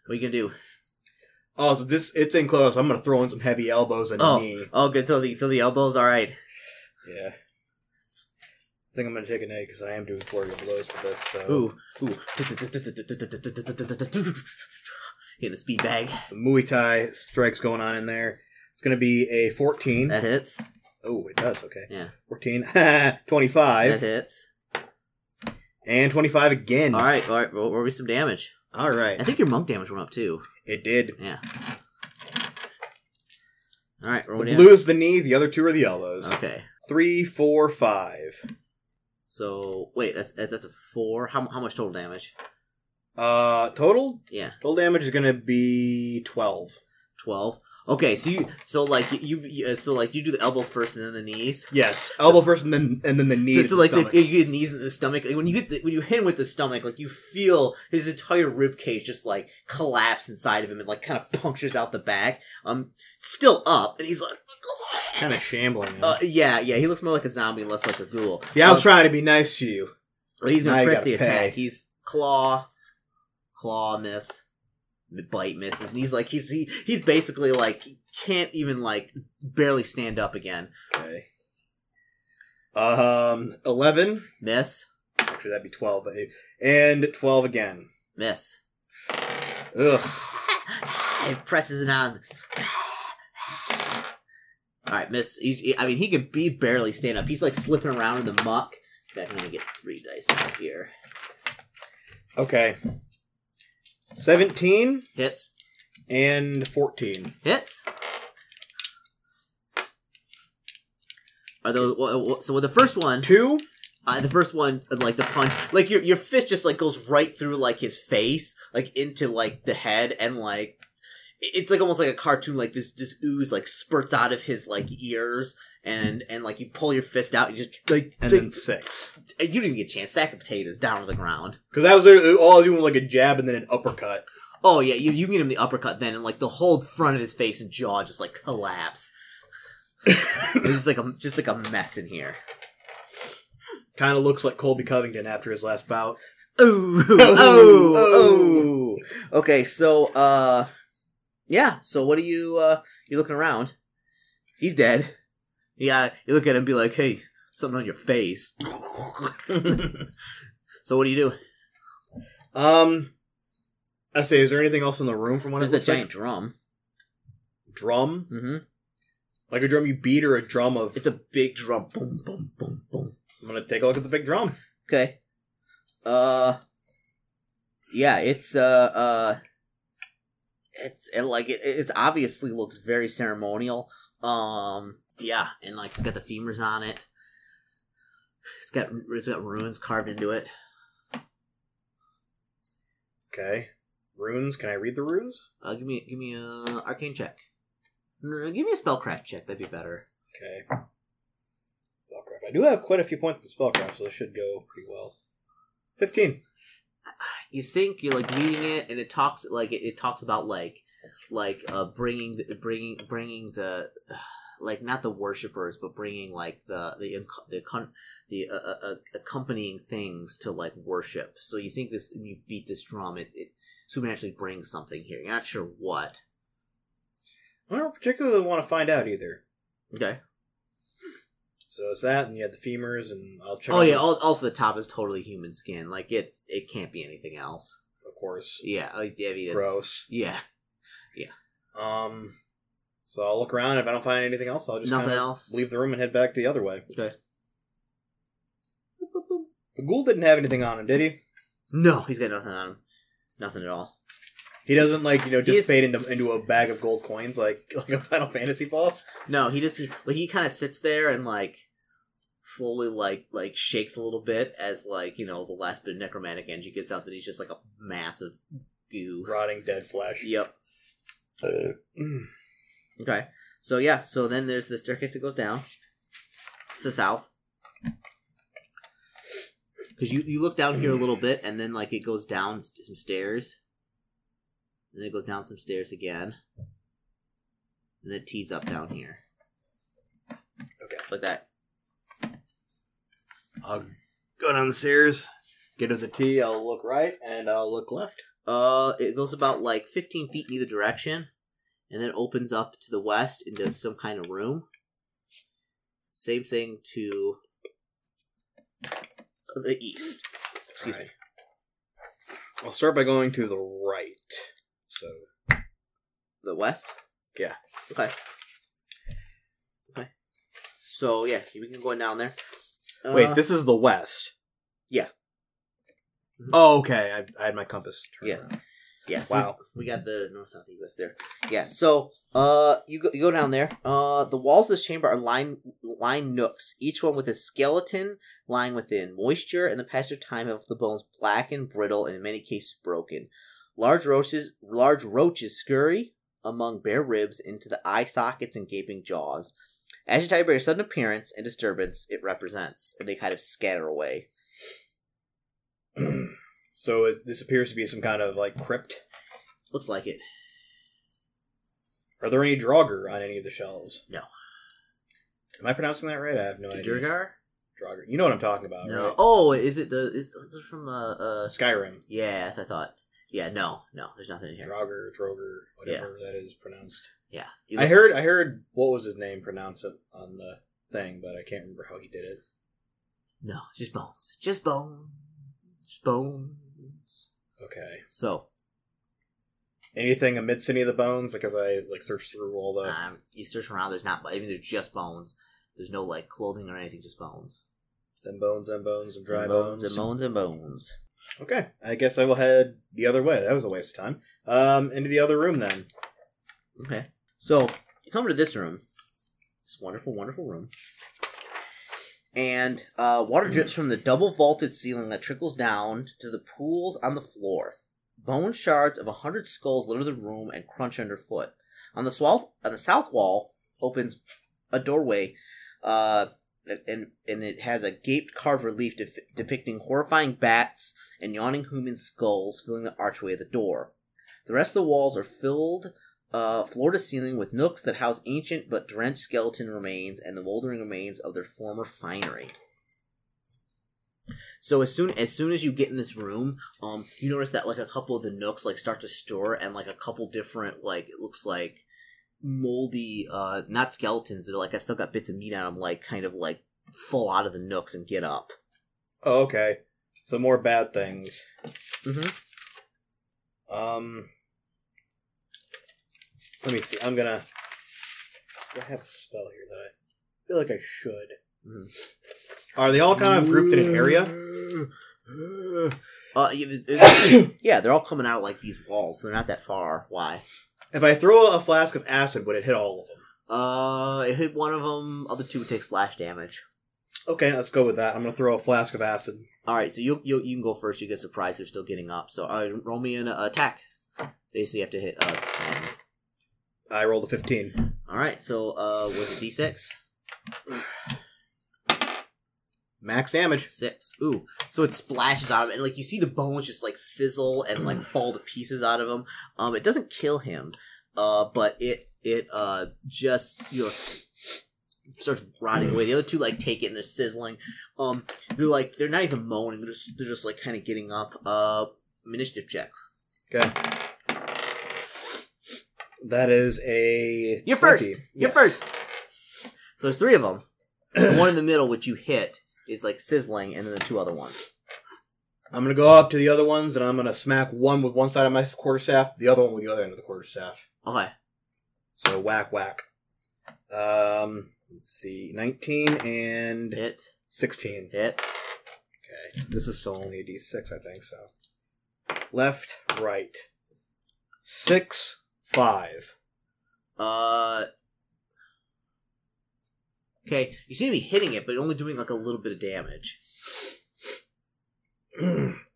What are you gonna do? Oh, so this it's in close. I'm gonna throw in some heavy elbows and Oh. knee. Oh, good. Throw the throw the elbows. All right. Yeah. I think I'm gonna take an A because I am doing flurry of blows for this. So Ooh, ooh. Hitting the speed bag. some Muay Thai strikes going on in there. It's gonna be a 14. That hits. oh, it does. Okay. Yeah. *laughs* 14, That 25, hits. and 25 again. All right. All right. Roll, roll me some damage. All right. I think your monk damage went up too. It did. Yeah. All right, roll The down. blue is the knee. The other two are the elbows. Okay. Three, four, five. So wait, that's that's a four. How how much total damage? Uh, total Yeah, total damage is gonna be 12. twelve. Okay, so you so like you, you uh, so like you do the elbows first and then the knees. Yes, elbow first, and then and then the knee. So, to so the like the, stomach. you get knees in the stomach. Like, when you get the, when you hit him with the stomach, like you feel his entire rib cage just like collapse inside of him and like kind of punctures out the back. Um, still up, and he's like, kind of shambling. you know? uh, yeah, yeah. He looks more like a zombie, less like a ghoul. See, I was Uh, trying to be nice to you. Well, he's Now gonna you press gotta the pay. attack. He's claw, claw miss, the bite misses, and he's like he's he, he's basically like can't even like barely stand up again. Okay. Um, eleven. Miss, Actually, that'd be twelve, but and twelve again. miss. *laughs* Ugh. it presses it on. *laughs* All right, miss. He's, he- I mean, he can be barely stand up. He's like slipping around in the muck. In fact, I'm gonna get three dice out here. Okay. Seventeen Hits, and fourteen. hits. Are those wha- wha- so? With the first one, Two. Uh, the first one, like the punch, like your your fist just like goes right through like his face, like into like the head, and like it- it's like almost like a cartoon. Like this this ooze like spurts out of his like ears, and and like you pull your fist out, and just like And like, then six. you didn't even get a chance. Sack of potatoes down on the ground. Because that was literally all I was doing was like a jab and then an uppercut. Oh yeah, you you get him the uppercut then, and like the whole front of his face and jaw just like *laughs* collapse. It's just like a just like a mess in here. Kind of looks like Colby Covington after his last bout. Oh, Oh, oh, oh. *laughs* Okay, so uh yeah, so what are you uh you looking around? He's dead. Yeah, you look at him and be like, "Hey, something on your *laughs* face." so what do you do? Um, I say, is there anything else in the room from what There's it that looks giant like? drum. Drum, hmm like a drum you beat or a drum of. It's a big drum. Boom, boom, boom, boom. I'm gonna take a look at the big drum. Okay. Uh Yeah, it's uh uh it's it, like it it's obviously looks very ceremonial. Um yeah, and like it's got the femurs on it. It's got it's got runes carved into it. Okay, runes. Can I read the runes? Uh give me give me a arcane check. No, give me a spellcraft check, that'd be better. Okay. Spellcraft. I do have quite a few points in spellcraft, so this should go pretty well. Fifteen. you think you're like reading it and it talks like it, it talks about like like uh bringing the, bringing bringing the *sighs* like not the worshippers but bringing like the the inc- the con- the uh, uh, uh, accompanying things to like worship so you think this you beat this drum it, it supernaturally brings something here you're not sure what I don't particularly want to find out either. okay So it's that, and you had the femurs, and I'll check. oh out yeah the- al- also the top is totally human skin like it's it can't be anything else of course. yeah I I mean, it's- Gross. yeah Um, so I'll look around. If I don't find anything else, I'll just Nothing kind of else? Leave the room and head back the other way. Okay. The ghoul didn't have anything on him, did he? no he's got nothing on him nothing at all He doesn't like you know He just is- fade into into a bag of gold coins like *laughs* like a Final Fantasy boss. No, he just he, like he kind of sits there and like slowly like like shakes a little bit as like you know the last bit of necromantic energy gets out that he's just like a mass of goo. Rotting dead flesh. Yep. Mm. Okay. So yeah. So then there's the staircase that goes down to the south. Because you you look down here a little bit and then like it goes down st- some stairs, and then it goes down some stairs again, and then it tees up down here Okay. like that. I'll go down the stairs, get to the T. I'll look right and I'll look left. Uh, it goes about like 15 feet in either direction, and then opens up to the west into some kind of room. Same thing to the east. Excuse me. Alright. I'll start by going to the right. So The west. Yeah. Okay. Okay. So yeah, we can go down there. Uh, wait, this is the west. Yeah. Oh, okay. I, I had my compass. turned Yeah. around. Yeah. So Wow. We got the north south east there. Yeah. So uh you go, you go down there. Uh the walls of this chamber are lined lined nooks, each one with a skeleton lying within. Moisture and the passage of time have the bones black and brittle and in many cases broken. Large roaches large roaches scurry among bare ribs into the eye sockets and gaping jaws. Agitated by your sudden appearance and disturbance it represents, and they kind of scatter away. so is, this appears to be some kind of like crypt. Looks like it. Are there any Draugr on any of the shelves? No. Am I pronouncing that right? I have no idea. Durgar? Draugr. You know what I'm talking about, No. right? Oh, is it the is the, from uh, uh Skyrim. Yeah, that's what I thought. Yeah, no, no, there's nothing in here. Draugr, Droger, whatever that is pronounced. Yeah. I heard I heard what was his name pronounce it on the thing, but I can't remember how he did it. No, just bones. Just bones. Just bones. Okay. So, Anything amidst any of the bones? Because I like searched through all the um, you search around, there's not, I mean, there's just bones. There's no, like, clothing or anything, just bones. them bones, them bones, and dry And bones. And bones and bones. Okay. I guess I will head the other way. That was a waste of time. Um, into the other room then. Okay. So, you come to this room. This wonderful, wonderful room. And uh, water drips from the double vaulted ceiling that trickles down to the pools on the floor. Bone shards of a hundred skulls litter the room and crunch underfoot. On the, swath- on the south wall opens a doorway, uh, and, and it has a gaped carved relief def- depicting horrifying bats and yawning human skulls filling the archway of the door. The rest of the walls are filled uh, floor to ceiling with nooks that house ancient but drenched skeleton remains and the moldering remains of their former finery. So as soon as soon as you get in this room, um, you notice that like a couple of the nooks like start to stir and like a couple different like it looks like moldy, uh, not skeletons. They're like I still got bits of meat on them, like kind of like fall out of the nooks and get up. Oh, okay. So more bad things. Mm-hmm. Um, let me see. I'm gonna. do I have a spell here that I feel like I should. Hmm. Mhm. Are they all kind of grouped in an area? Uh, yeah, there's- *coughs* there's- yeah, they're all coming out like these walls. They're not that far. Why? If I throw a flask of acid, would it hit all of them? Uh, it hit one of them. Other two would take splash damage. Okay, let's go with that. I'm gonna throw a flask of acid. All right, so you you you can go first. You get surprised. They're still getting up. So all right, roll me an uh, attack. Basically, you have to hit uh, ten. I rolled a 15. All right, so uh, was it D six? Max damage. Six. Ooh. So it splashes out of it, and like you see the bones just like sizzle and like fall to pieces out of him. Um, it doesn't kill him. Uh, but it it uh just you know s- starts rotting away. The other two like take it and they're sizzling. Um, they're like they're not even moaning. They're just they're just like kind of getting up. Uh, initiative check. Okay. That is a. You're 20. first. You're Yes. first. So there's three of them. The one in the middle, which you hit, is like sizzling, and then the two other ones. I'm gonna go up to the other ones and I'm gonna smack one with one side of my quarterstaff, the other one with the other end of the quarterstaff. Okay. So whack whack. Um, let's see, nineteen and Hit. sixteen. Hits. Okay, this is still only a d6, I think so. Left, right, six, five. *clears throat* Uh. Okay, you seem to be hitting it, but only doing like a little bit of damage.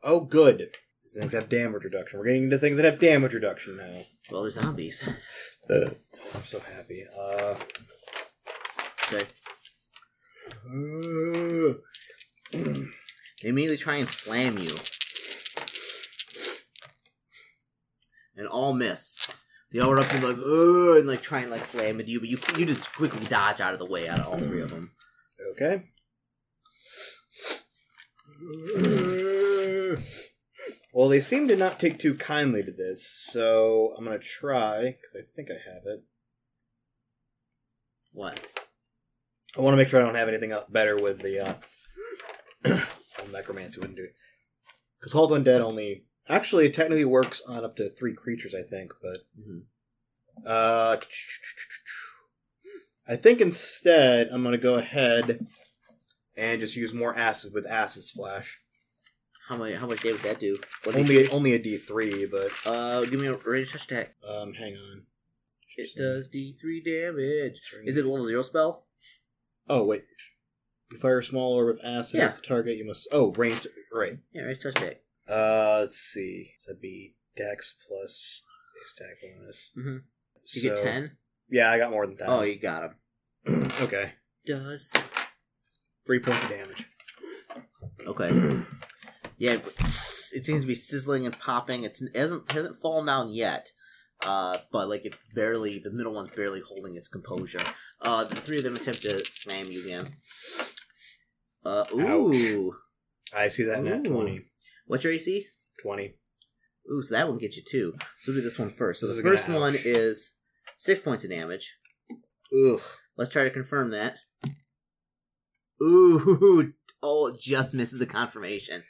oh, good. These things have damage reduction. We're getting into things that have damage reduction now. Well, they're zombies. *laughs* Uh, I'm so happy. Uh, Okay. uh, They immediately try and slam you. And all miss. They all run up and like, Ugh, and like try and like slam into you, but you you just quickly dodge out of the way out of all three of them. okay. Well, they seem to not take too kindly to this, so I'm gonna try because I think I have it. What? I want to make sure I don't have anything else better with the uh, *coughs* well, necromancy wouldn't do it because halt undead only actually it technically works on up to three creatures, I think. But Mhm. uh, I think instead I'm gonna go ahead and just use more acid with acid splash. How many? How much damage did that do? What did Only only a D three, but it- uh, give me a range touch attack. um, hang on. It does D three damage. Is it a level zero spell? Oh wait, you fire a small orb of acid Yeah. at the target. You must oh range right. Yeah, range touch attack. Uh, let's see. So that'd be Dex plus base attack bonus. Mhm. You So- uh, get ten. Yeah, I got more than ten. Oh, you got him. *clears throat* okay. Does Three points of damage. *clears throat* okay. Yeah, but tss, it seems to be sizzling and popping. It's it hasn't hasn't fallen down yet, uh, but like it's barely the middle one's barely holding its composure. Uh, the three of them attempt to slam you again. Uh, ooh, I see that net Ooh. twenty. what's your AC? Twenty. Ooh, so that one gets you two. So we'll do this one first. So This the is gonna first one ouch. is six points of damage. Ugh. Let's try to confirm that. Ooh, *laughs* oh, it just misses the confirmation.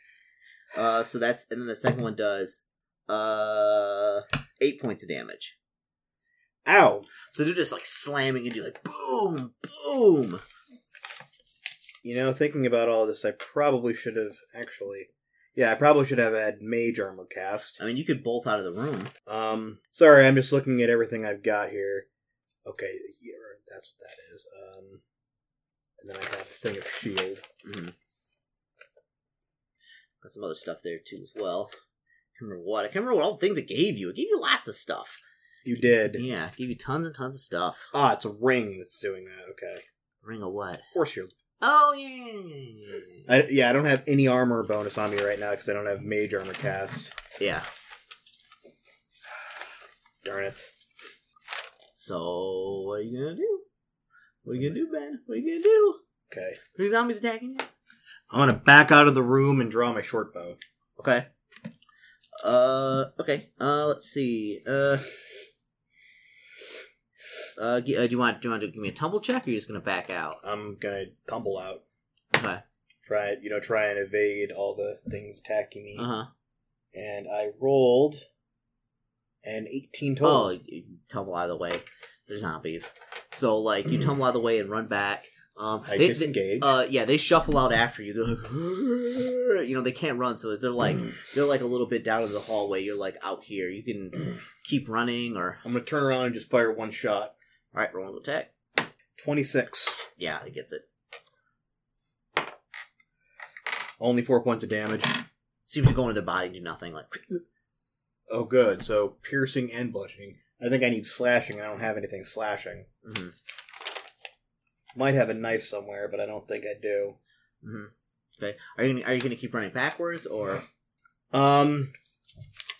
Uh, so that's and then the second one does uh eight points of damage. Ow. So they're just like slamming into you, like boom, boom. You know, thinking about all this, I probably should have actually. Yeah, I probably should have had mage armor cast. I mean, you could bolt out of the room. Um, sorry, I'm just looking at everything I've got here. Okay, yeah, that's what that is. Um, and then I have a thing of shield. Mhm. Got some other stuff there too as well. I can't remember what. I can't remember what all the things it gave you. It gave you lots of stuff. You did. Yeah, it gave you tons and tons of stuff. Ah, it's a ring that's doing that. Okay, Ring of what? force shield. Oh yeah, yeah, yeah, yeah, yeah, yeah. I, yeah, I don't have any armor bonus on me right now because I don't have mage armor cast. yeah. Darn it. So what are you gonna do? What are you gonna do, Ben? What are you gonna do? Okay, Three zombies attacking you. I'm gonna back out of the room and draw my short bow. Okay. Uh. Okay. Uh. Let's see. Uh. Uh, g- uh, do you want do you want to give me a tumble check, or you are just gonna back out? I'm gonna tumble out. Okay. Try you know try and evade all the things attacking me. Uh huh. And I rolled an 18 total. Oh, you- you tumble out of the way. They're zombies, so like you tumble out of the way and run back. Um, I they- they- disengage. Uh, yeah, they shuffle out after you. They're like, you know, they can't run, so they're like, they're like a little bit down in the hallway. You're like out here. You can keep running, or I'm gonna turn around and just fire one shot. all right, roll an attack. 26. Yeah, it gets it. Only four points of damage. Seems to go into their body and do nothing. Like, Oh, good. So piercing and bludgeoning. I think I need slashing. I don't have anything slashing. mhm, Might have a knife somewhere, but I don't think I do. mhm. okay. Are you gonna, are you gonna keep running backwards or Um,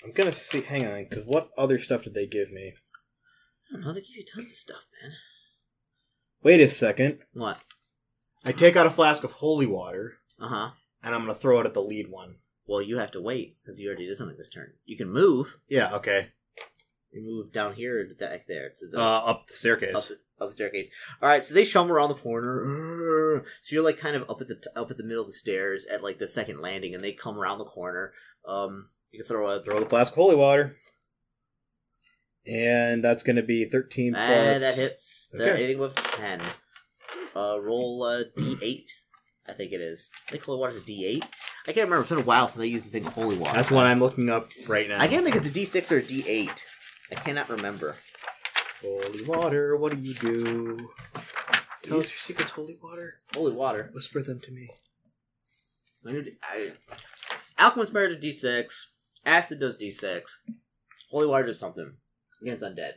I'm gonna see. Hang on, because what other stuff did they give me? I don't know? "Oh, They give you tons of stuff, man. Wait a second. What? I take out a flask of holy water Uh huh. and I'm gonna throw it at the lead one. Well, you have to wait because you already did something this turn. You can move. Yeah. Okay. You move down here to back there to Uh, the up up the staircase. the, up the staircase. All right, so they shove around the corner. *sighs* So you're like kind of up at the t- up at the middle of the stairs at like the second landing, and they come around the corner. Um, you can throw a Throw the flask of holy water. And that's gonna be 13 Ah, plus. that hits the, Okay. anything with ten. Uh, roll a d eight. I think it is. I think holy water's a d eight. I can't remember. It's been a while since I used the thing of holy water. That's what I'm looking up right now. I can't think it's a d six or a d eight. I cannot remember. Holy water, what do you do? Tell us your secrets, holy water. Holy water. Whisper them to me. When you're d- I, Alchemist Mirror does D6. Acid does D6. Holy Water does something against undead.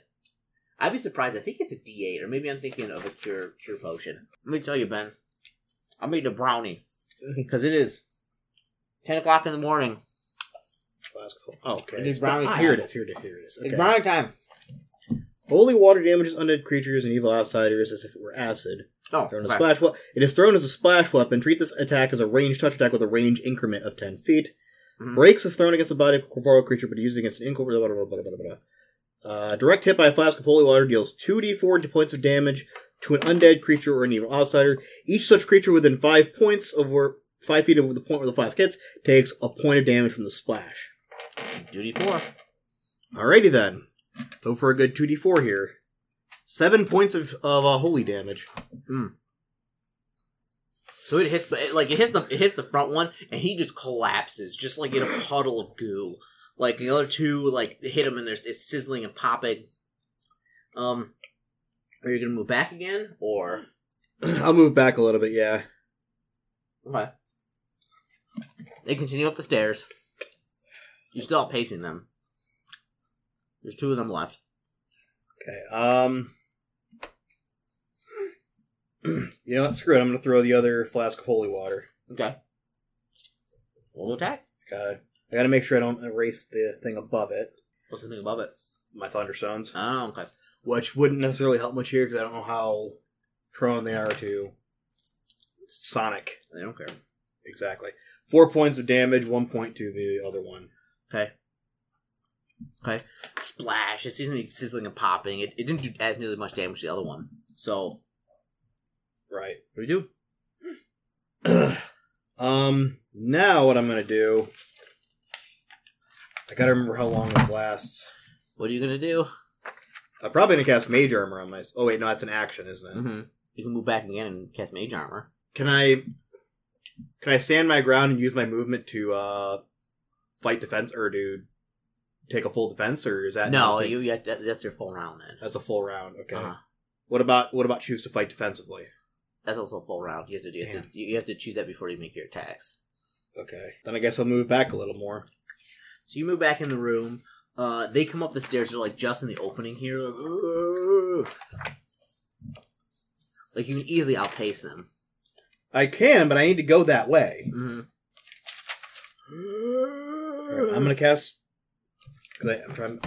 I'd be surprised. I think it's a D8, or maybe I'm thinking of a cure cure potion. Let me tell you, Ben. I made a brownie because it is ten o'clock in the morning. Flask of hol- Oh, It okay. needs brownie Ah, time. here it is. Here it is. Here it is. It's okay. brownie time. Holy water damages undead creatures and evil outsiders as if it were acid. Oh, Thrown as right. a splash we- it is thrown as a splash weapon. Treat this attack as a ranged touch attack with a range increment of 10 feet. Mhm. Breaks if thrown against the body of a corporeal creature, but used against an incorporeal. Blah, blah, blah, blah, blah, blah. Uh, direct hit by a flask of holy water deals 2d4 points of damage to an undead creature or an evil outsider. Each such creature within 5 points of where 5 feet of the point where the flask hits takes a point of damage from the splash. Duty four. Alrighty then. Go for a good 2d4 here. 7 points of, of uh, holy damage. *clears throat* So it hits, but it, like it hits the it hits the front one, and he just collapses, just like in a puddle of goo. Like the other two, like hit him, and there's it's sizzling and popping. Um, are you gonna move back again, or I'll move back a little bit, yeah. okay? They continue up the stairs. You're still outpacing them. There's two of them left. Okay. Um. *clears throat* you know what? Screw it. I'm going to throw the other flask of holy water. Okay. Normal attack. I gotta, I gotta make sure I don't erase the thing above it, What's the thing above it? my thunderstones, Oh, okay. which wouldn't necessarily help much here because I don't know how prone they are to sonic. I don't care. Exactly. Four points of damage, one point to the other one. Okay. Okay. Splash. It seems to be sizzling and popping. It, it didn't do as nearly much damage to the other one. So, Right. what do we do? um. Now what I'm gonna do? I gotta remember how long this lasts. What are you going to do? I'm probably gonna cast mage armor on my. Oh wait, no, that's an action, isn't it? hmm You can move back again and cast Mage Armor. Can I? Can I stand my ground and use my movement to uh fight defense or to take a full defense, or is that no, not a thing? you yeah, that's, that's your full round then. That's a full round. Uh, Okay. Uh-huh. What about what about choose to fight defensively? That's also a full round. You have to do you have to, Damn. you have to choose that before you make your attacks. Okay. Then I guess I'll move back a little more. So you move back in the room. Uh, they come up the stairs. They're like just in the opening here. Like, "Ugh." Like, you can easily outpace them. I can, but I need to go that way. hmm Alright, I'm gonna cast. Cause I, I'm trying.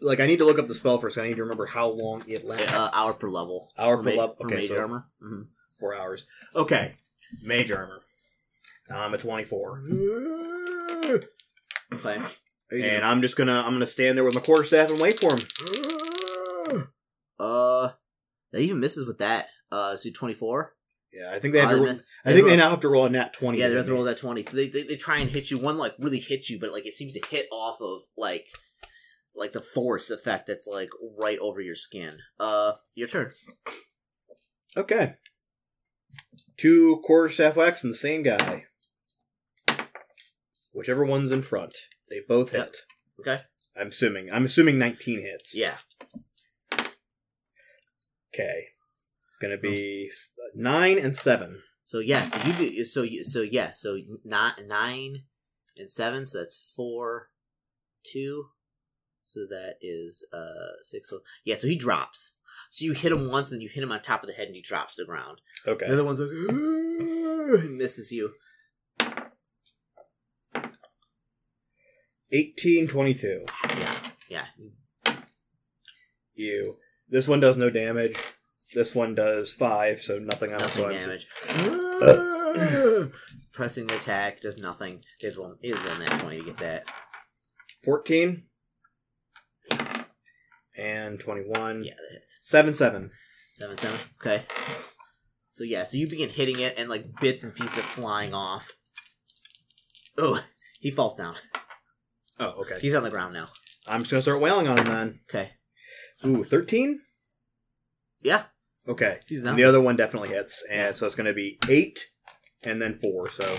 Like I need to look up the spell first. I need to remember how long it lasts. Uh, hour per level. Hour For per ma- level. for Okay, mage so- armor. *laughs* hmm Four hours. Okay. Mage armor. I'm a 24, Okay. Are you and I'm just gonna I'm gonna stand there with my quarterstaff and wait for him. gonna- uh, that even misses with that. Uh, so twenty four. Yeah, I think they have Uh, to. they Roll, miss- I think they roll- now have to roll a nat 20. Yeah, they're about to roll that twenty. So they, they they try and hit you. One like really hits you, but like it seems to hit off of like like the force effect that's like right over your skin. Uh, your turn. Okay. Two quarterstaff whacks and the same guy. Whichever one's in front, they both Yep. hit. Okay. I'm assuming. I'm assuming 19 hits. Yeah. Okay. It's going to be s- 9 and 7. So yeah. So you do. So you. So yeah. So not nine and seven. So that's four, two. So that is uh six. So, yeah. So he drops. So you hit him once, and you hit him on top of the head, and he drops to the ground. The Okay. other one's like, "Ooh," and misses you. 18, 22. Yeah, yeah. Ew. This one does no damage. This one does 5, so nothing else. Nothing so I'm- damage. *clears throat* Pressing the attack does nothing. Is one is one that twenty to get that. 14. And 21. Yeah, that hits. 7, 7. Seven seven. Okay. So yeah, so you begin hitting it and like bits and pieces flying off. Oh, *laughs* he falls down. Oh, okay. He's on the ground now. I'm just going to start wailing on him then. Okay. Ooh, 13? Yeah, Okay. he's And down. the other one definitely hits. And so it's going to be 8 and then 4. So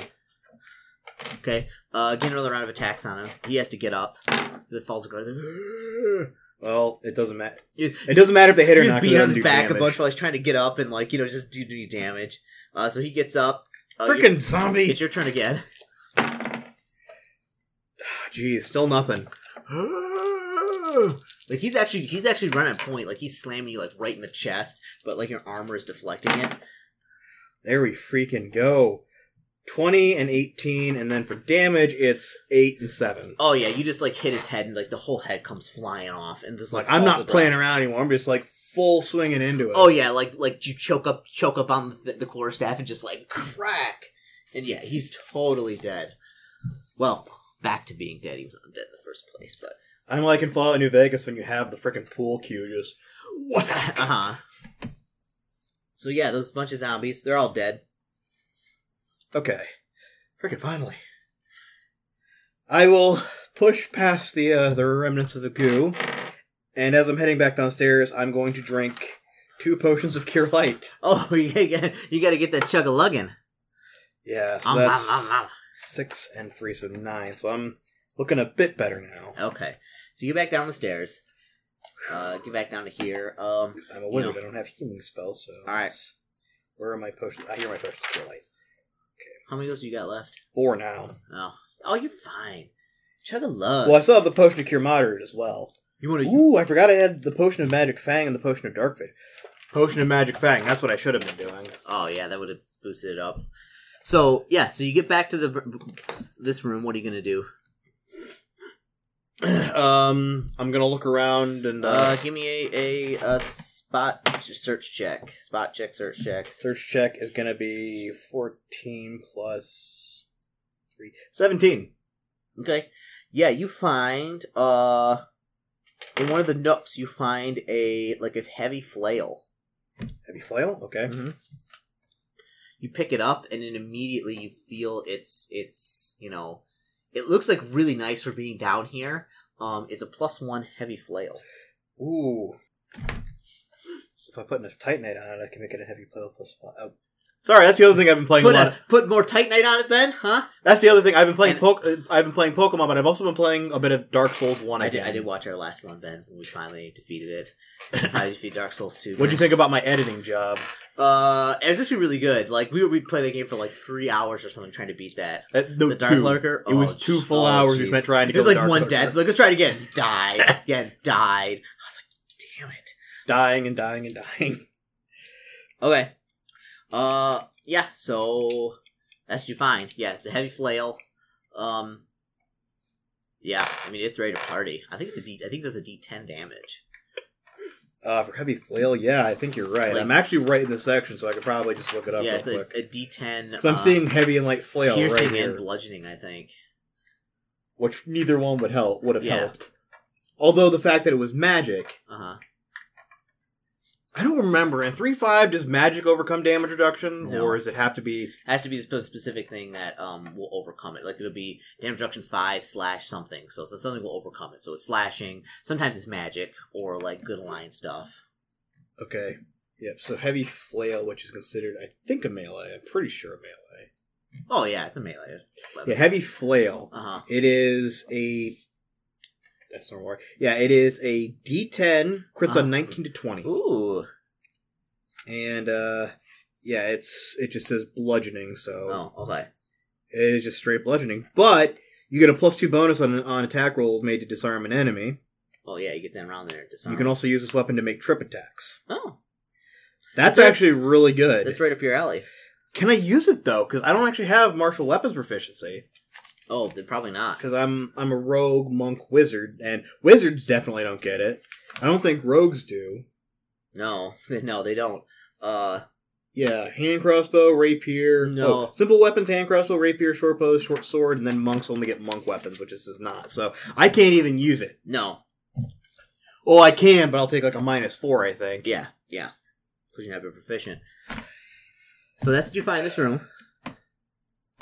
Okay. Uh, get another round of attacks on him. He has to get up. The falls across. *sighs* well, it doesn't matter. You- It doesn't matter if they hit or You not. 'cause beat they on don't his do back damage. a bunch while he's trying to get up and like you know just do do damage. Uh, so he gets up. Uh, your- Freaking zombie! It's your turn again. *gasps* *laughs* Jeez, still nothing. *gasps* Like he's actually he's actually running at point. Like he's slamming you like right in the chest, but like your armor is deflecting it. There we freaking go. 20 and 18, and then for damage, it's 8 and 7. Oh yeah, you just like hit his head and like the whole head comes flying off and just like, Like, I'm falls not to the playing ground. around anymore. I'm just like full swinging into it. Oh yeah, like like you choke up choke up on the, the quarter staff and just like crack. And yeah, he's totally dead. Well, back to being dead. He was undead in the first place, *laughs* but I'm like in Fallout New Vegas when you have the freaking pool cue just. Uh huh. So yeah, those bunch of zombies, they're all dead. Okay. Freaking finally. I will push past the uh, the remnants of the goo, and as I'm heading back downstairs, I'm going to drink two potions of cure light. Oh, *laughs* you gotta, you gotta get that chug a luggin. Yeah, so that's six and three, so nine. So I'm looking a bit better now. Okay, so you get back down the stairs. Uh, get back down to here. Um, I'm a You wizard. know. I don't have healing spells, so. All right. it's- Where are my potions? I hear my potions of cure light. how many of those you got left? Four now. Oh, oh, you're fine. Chug a lug. Well, I still have the potion of cure moderate as well. You want to? Ooh, I forgot I had the potion of magic fang and the potion of dark fate. Potion of magic fang. That's what I should have been doing. *clears throat* Oh yeah, that would have boosted it up. So yeah, so you get back to the this room. What are you gonna do? um, I'm gonna look around and uh, Uh, give me a a, a spot search check. Spot check. Search check. search check is gonna be 14 plus three, 17. Okay. Yeah, you find uh in one of the nooks you find a like a heavy flail. Heavy flail. Okay. Mhm. You pick it up and then immediately you feel it's it's you know it looks like really nice for being down here. Um, it's a plus one heavy flail. Mm-hmm. Ooh. So if I put enough titanite on it, I can make it a heavy flail plus five. Oh. Sorry, that's the other thing I've been playing Put a lot. a, put more titanite on it, Ben? Huh? That's the other thing I've been playing. And- Poke- uh, I've been playing Pokemon, but I've also been playing a bit of Dark Souls One. I did. again. I did watch our last one, Ben. When we finally *laughs* defeated it. I defeated Dark Souls two. What do you think about my editing job? Uh, it was actually really good. Like we we played the game for like three hours or something trying to beat that. Uh, no, the Dark two. Lurker. It was Oh, two jeez. full Oh, hours we jeez. spent trying to There's kill like the Dark one Lurker. death. Like let's try it again. Died *laughs* again. Died. I was like, damn it. dying and dying and dying. *laughs* Okay. Uh, yeah. So that's what you find. Yeah, it's a heavy flail. Um. Yeah, I mean it's ready to party. I think it's a D. I think it does a D10 damage. Uh, for heavy flail, yeah, I think you're right. Like- I'm actually right in this section, so I could probably just look it up yeah, real it's a, quick. a D10. Because I'm uh, seeing heavy and light flail piercing right and here, bludgeoning. I think. which neither one would help would have Yeah. helped. Although the fact that it was magic, Uh huh. I don't remember. In three five, does magic overcome damage reduction, No. or does it have to be? has to be the spe- specific thing that um will overcome it. Like it'll be damage reduction five slash something. So that something will overcome it. So it's slashing. Sometimes it's magic or like good line stuff. Okay. Yep. So heavy flail, which is considered, I think, a melee. I'm pretty sure a melee. Oh yeah, it's a melee. Yeah, heavy flail. Uh huh. It is a. That's not right. Yeah, it is a D10 crits Uh-huh. on 19 to 20, Ooh. and uh, yeah, it's it just says bludgeoning, so Oh okay. it is just straight bludgeoning. But you get a plus two bonus on on attack rolls made to disarm an enemy. Oh yeah, you get that around there. and Disarm. You can also use this weapon to make trip attacks. Oh, That's That's- actually really good. that's right up your alley. Can I use it though? Because I don't actually have martial weapons proficiency. Oh, then probably not. because I'm I'm a rogue monk wizard, and wizards definitely don't get it. I don't think rogues do. No, *laughs* no, they don't. Uh, Yeah, hand crossbow, rapier. No. oh, simple weapons: hand crossbow, rapier, short bow, short sword, and then monks only get monk weapons, which this is not. So I can't even use it. no. Well, I can, but I'll take like a minus four, I think. Yeah, yeah. Because you're not very proficient. So that's what you find in this room.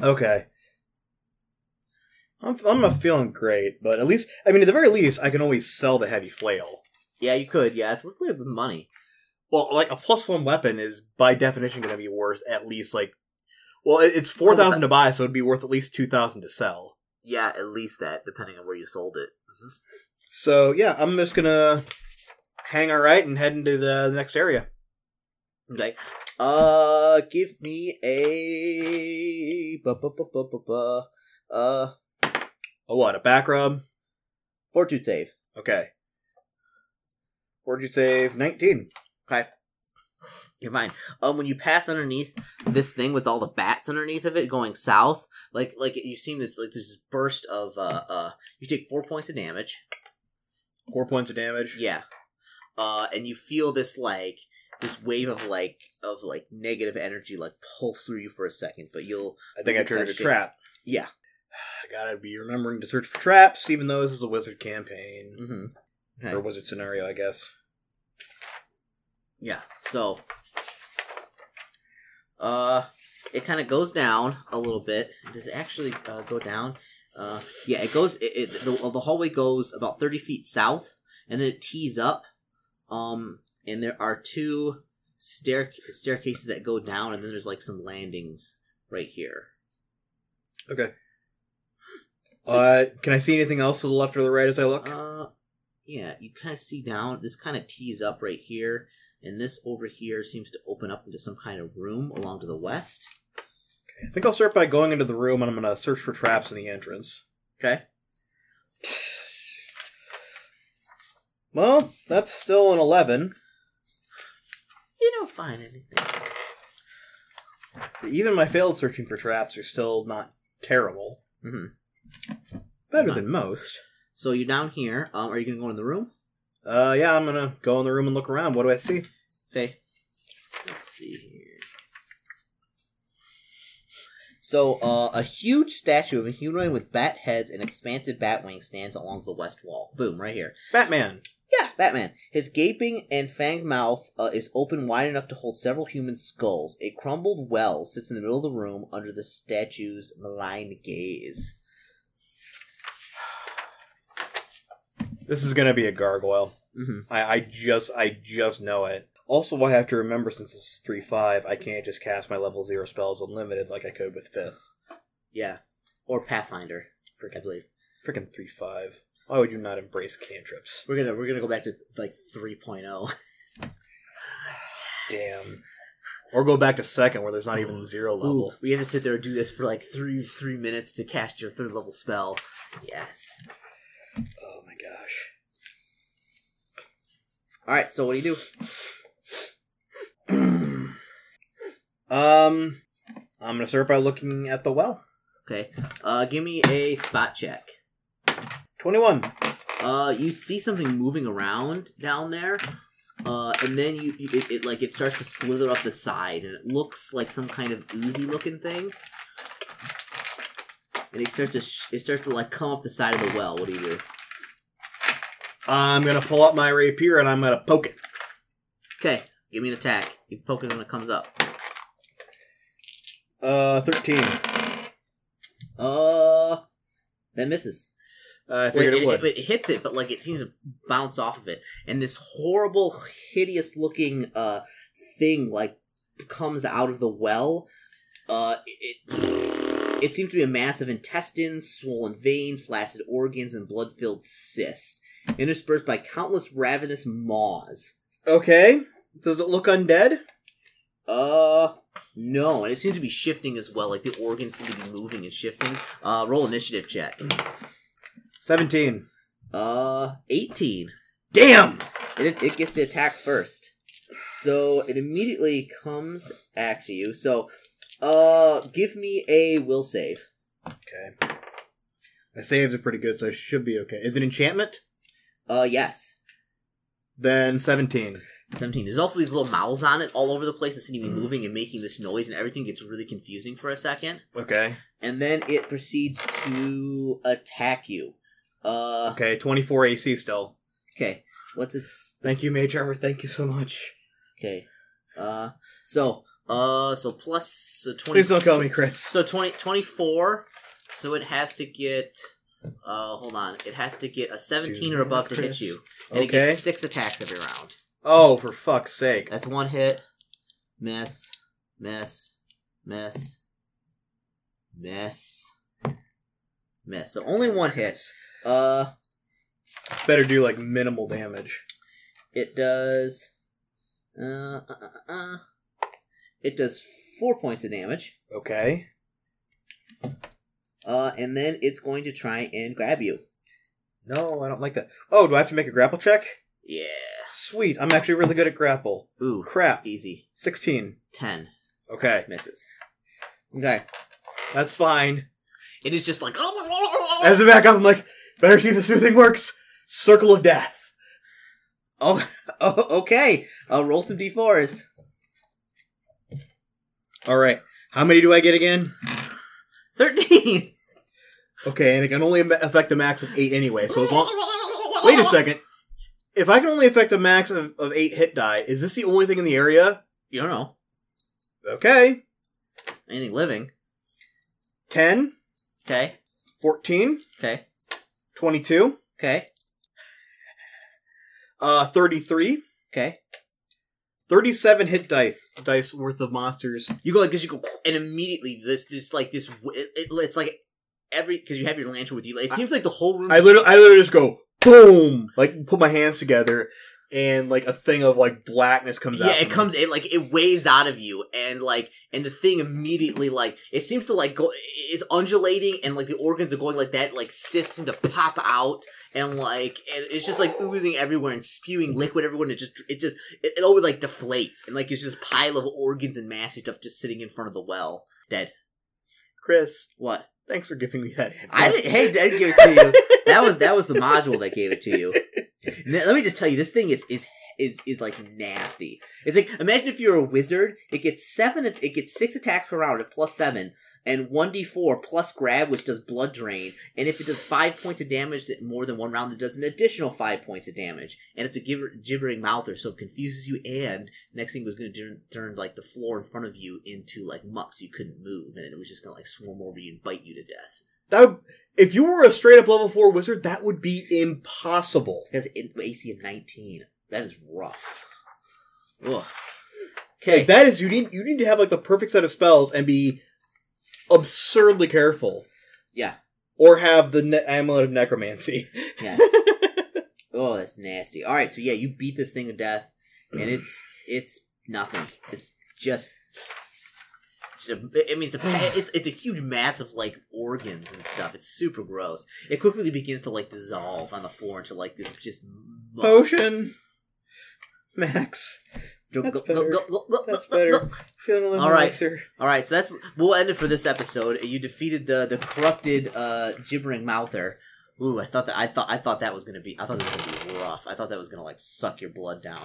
Okay. I'm I'm not feeling great, but at least I mean, at the very least, I can always sell the heavy flail. Yeah, you could. Yeah, it's worth quite a bit of money. Well, like a plus one weapon is by definition going to be worth at least like, well, it- it's well, four thousand to buy, so it'd be worth at least two thousand to sell. Yeah, at least that, depending on where you sold it. So yeah, I'm just gonna hang all right and head into the, the next area. Okay. Uh, give me a. bu- bu- bu- bu- bu- bu- Uh, A what? A back rub? fortitude save. Okay. Fortitude save nineteen. You're fine. Um, when you pass underneath this thing with all the bats underneath of it going south, like like you seen this like there's this burst of uh uh you take four points of damage. Four points of damage. Yeah. Uh, and you feel this like this wave of like of like negative energy like pulse through you for a second, but you'll I think I triggered a trap. yeah. I gotta be remembering to search for traps, even though this is a wizard campaign Mm-hmm. or wizard scenario, I guess. Yeah. So, uh, it kind of goes down a little bit. Does it actually uh, go down? Uh, yeah, it goes. It, it the, the hallway goes about thirty feet south, and then it tees up. Um, and there are two stair staircases that go down, and then there's like some landings right here. Okay. So- uh, can I see anything else to the left or the right as I look? Uh, yeah, you kind of see down. This kind of tees up right here, and this over here seems to open up into some kind of room along to the west. I think I'll start by going into the room and I'm going to search for traps in the entrance. Okay. Well, that's still an 11. You don't find anything. Even my failed searching for traps are still not terrible. hmm Better than most. So you're down here. Um, are you gonna go in the room? Uh, yeah, I'm gonna go in the room and look around. What do I see? Okay. Let's see here. So, uh, a huge statue of a humanoid with bat heads and expansive bat wings stands along the west wall. Boom, right here. Batman. Yeah, Batman. His gaping and fanged mouth uh, is open wide enough to hold several human skulls. A crumbled well sits in the middle of the room under the statue's malign gaze. This is gonna be a gargoyle. Mm-hmm. I, I just I just know it. Also, I have to remember since this is three five, I can't just cast my level zero spells unlimited like I could with fifth. Yeah. Or Pathfinder, for I believe. Freaking three five. Why would you not embrace cantrips? We're gonna we're gonna go back to like 3.0. Damn. Or go back to second where there's not even zero level. Ooh, we have to sit there and do this for like three three minutes to cast your third level spell. Yes. Oh my gosh. All right. So what do you do? um, I'm gonna start by looking at the well. Okay. Uh, give me a spot check. Twenty-one. Uh, you see something moving around down there. Uh, and then you, you it, it like it starts to slither up the side, and it looks like some kind of oozy looking thing. And it starts to sh- it starts to like come up the side of the well. What do you do? I'm gonna pull up my rapier and I'm gonna poke it. Okay, give me an attack. You poke it when it comes up. Uh, thirteen. Uh, that misses. I Wait, figured it would. It, hits it, but like it seems to bounce off of it, and this horrible, hideous-looking uh thing like comes out of the well. Uh, it it, it seems to be a mass of intestines, swollen veins, flaccid organs, and blood-filled cysts, interspersed by countless ravenous maws. Okay. Does it look undead? Uh, no, and it seems to be shifting as well. Like the organs seem to be moving and shifting. Uh, roll initiative check. Seventeen. Uh, eighteen. Damn. It, it gets to attack first. So it immediately comes after you. So uh give me a will save. Okay. My saves are pretty good, so I should be okay. Is it enchantment? Uh yes. Then seventeen. Seventeen. There's also these little mouths on it all over the place that seem to be moving and making this noise and everything gets really confusing for a second. Okay. And then it proceeds to attack you. Uh Okay. Twenty-four AC still. okay. What's its Thank you, Mage Armor. Thank you so much. Okay. Uh so uh so plus so twenty Please don't kill me, Chris. So 20, 24, so it has to get. Uh, hold on. It has to get a 17 or above to hit you. And it Okay. gets six Uh, attacks every round. Oh, for fuck's sake. That's one hit. Miss. Miss. Miss. Miss. Miss. So only one hit. Uh, Better do like minimal damage. it does. Uh, uh, uh, uh. It does four points of damage. Okay. Uh, and then it's going to try and grab you. No, I don't like that. Oh, do I have to make a grapple check? Yeah. Sweet. I'm actually really good at grapple. Ooh. Crap. Easy. 16. 10. Okay. misses. Okay. That's fine. It is just like As a backup, I'm like, better see if this new thing works. Circle of Death. oh, *laughs* oh okay. Uh, roll some d4s. All right. How many do I get again? Thirteen. Okay, and it can only am- affect a max of eight anyway. So as long, wait a second. If I can only affect a max of, of eight hit die, is this the only thing in the area? You don't know Okay, anything living. 10, Okay. 14, Okay. 22, Okay. uh, 33, Okay. 37 hit dice dice worth of monsters. You go like this. You go and immediately this this like this. w- It, it, it's like every because you have your lantern with you. It seems like the whole room. I literally, I literally just go boom, like put my hands together, and like a thing of like blackness comes out. yeah, from it comes it like it weighs out of you and like and the thing immediately like it seems to like go it's undulating and like the organs are going like that like cysts seem to pop out and like and it's just like oozing everywhere and spewing liquid everywhere and it just it just it, it always like deflates and like it's just a pile of organs and massive stuff just sitting in front of the well dead Chris, what thanks for giving me that. Hint. I didn't hey I didn't give it to you that was that was the module that gave it to you. And then- Let me just tell you, this thing is is is is like nasty. It's like imagine if you're a wizard, it gets seven, it gets six attacks per round at plus seven, and one d four plus grab, which does blood drain, and if it does five points of damage that more than one round, it does an additional five points of damage, and it's a gibber, gibbering mouther, so it confuses you. And next thing was going to turn, turn like the floor in front of you into like muck, so you couldn't move, and it was just going to like swarm over you and bite you to death. That would, if you were a straight up level four wizard, that would be impossible. It's because it, AC of 19. That is rough. Ugh. Okay. Like that is you need you need to have like the perfect set of spells and be absurdly careful, yeah. or have the ne- amulet *laughs* of necromancy. *laughs* Yes. oh, that's nasty. All right. So yeah, you beat this thing to death, *sighs* and it's it's nothing. It's just. it's a- I mean, *sighs* it's a pa- it's it's a huge mass of like organs and stuff. It's super gross. It quickly begins to like dissolve on the floor into like this just muck. Oh, Potion, Max, Go- that's go- go- better. go- go- *laughs* go- that's go- better. go- Feeling a little All right. nicer. All right, so that's we'll end it for this episode. You defeated the the corrupted uh, gibbering mouther. Ooh, I thought that I thought I thought that was gonna be I thought that was gonna be rough. I thought that was gonna like suck your blood down.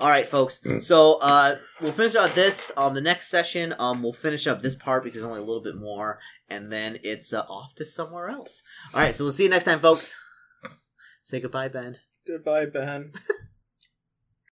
All right, folks. So uh, we'll finish out this um the next session. Um, we'll finish up this part because only a little bit more, and then it's uh, off to somewhere else. All right, so we'll see you next time, folks. Say goodbye, Ben. Goodbye, Ben.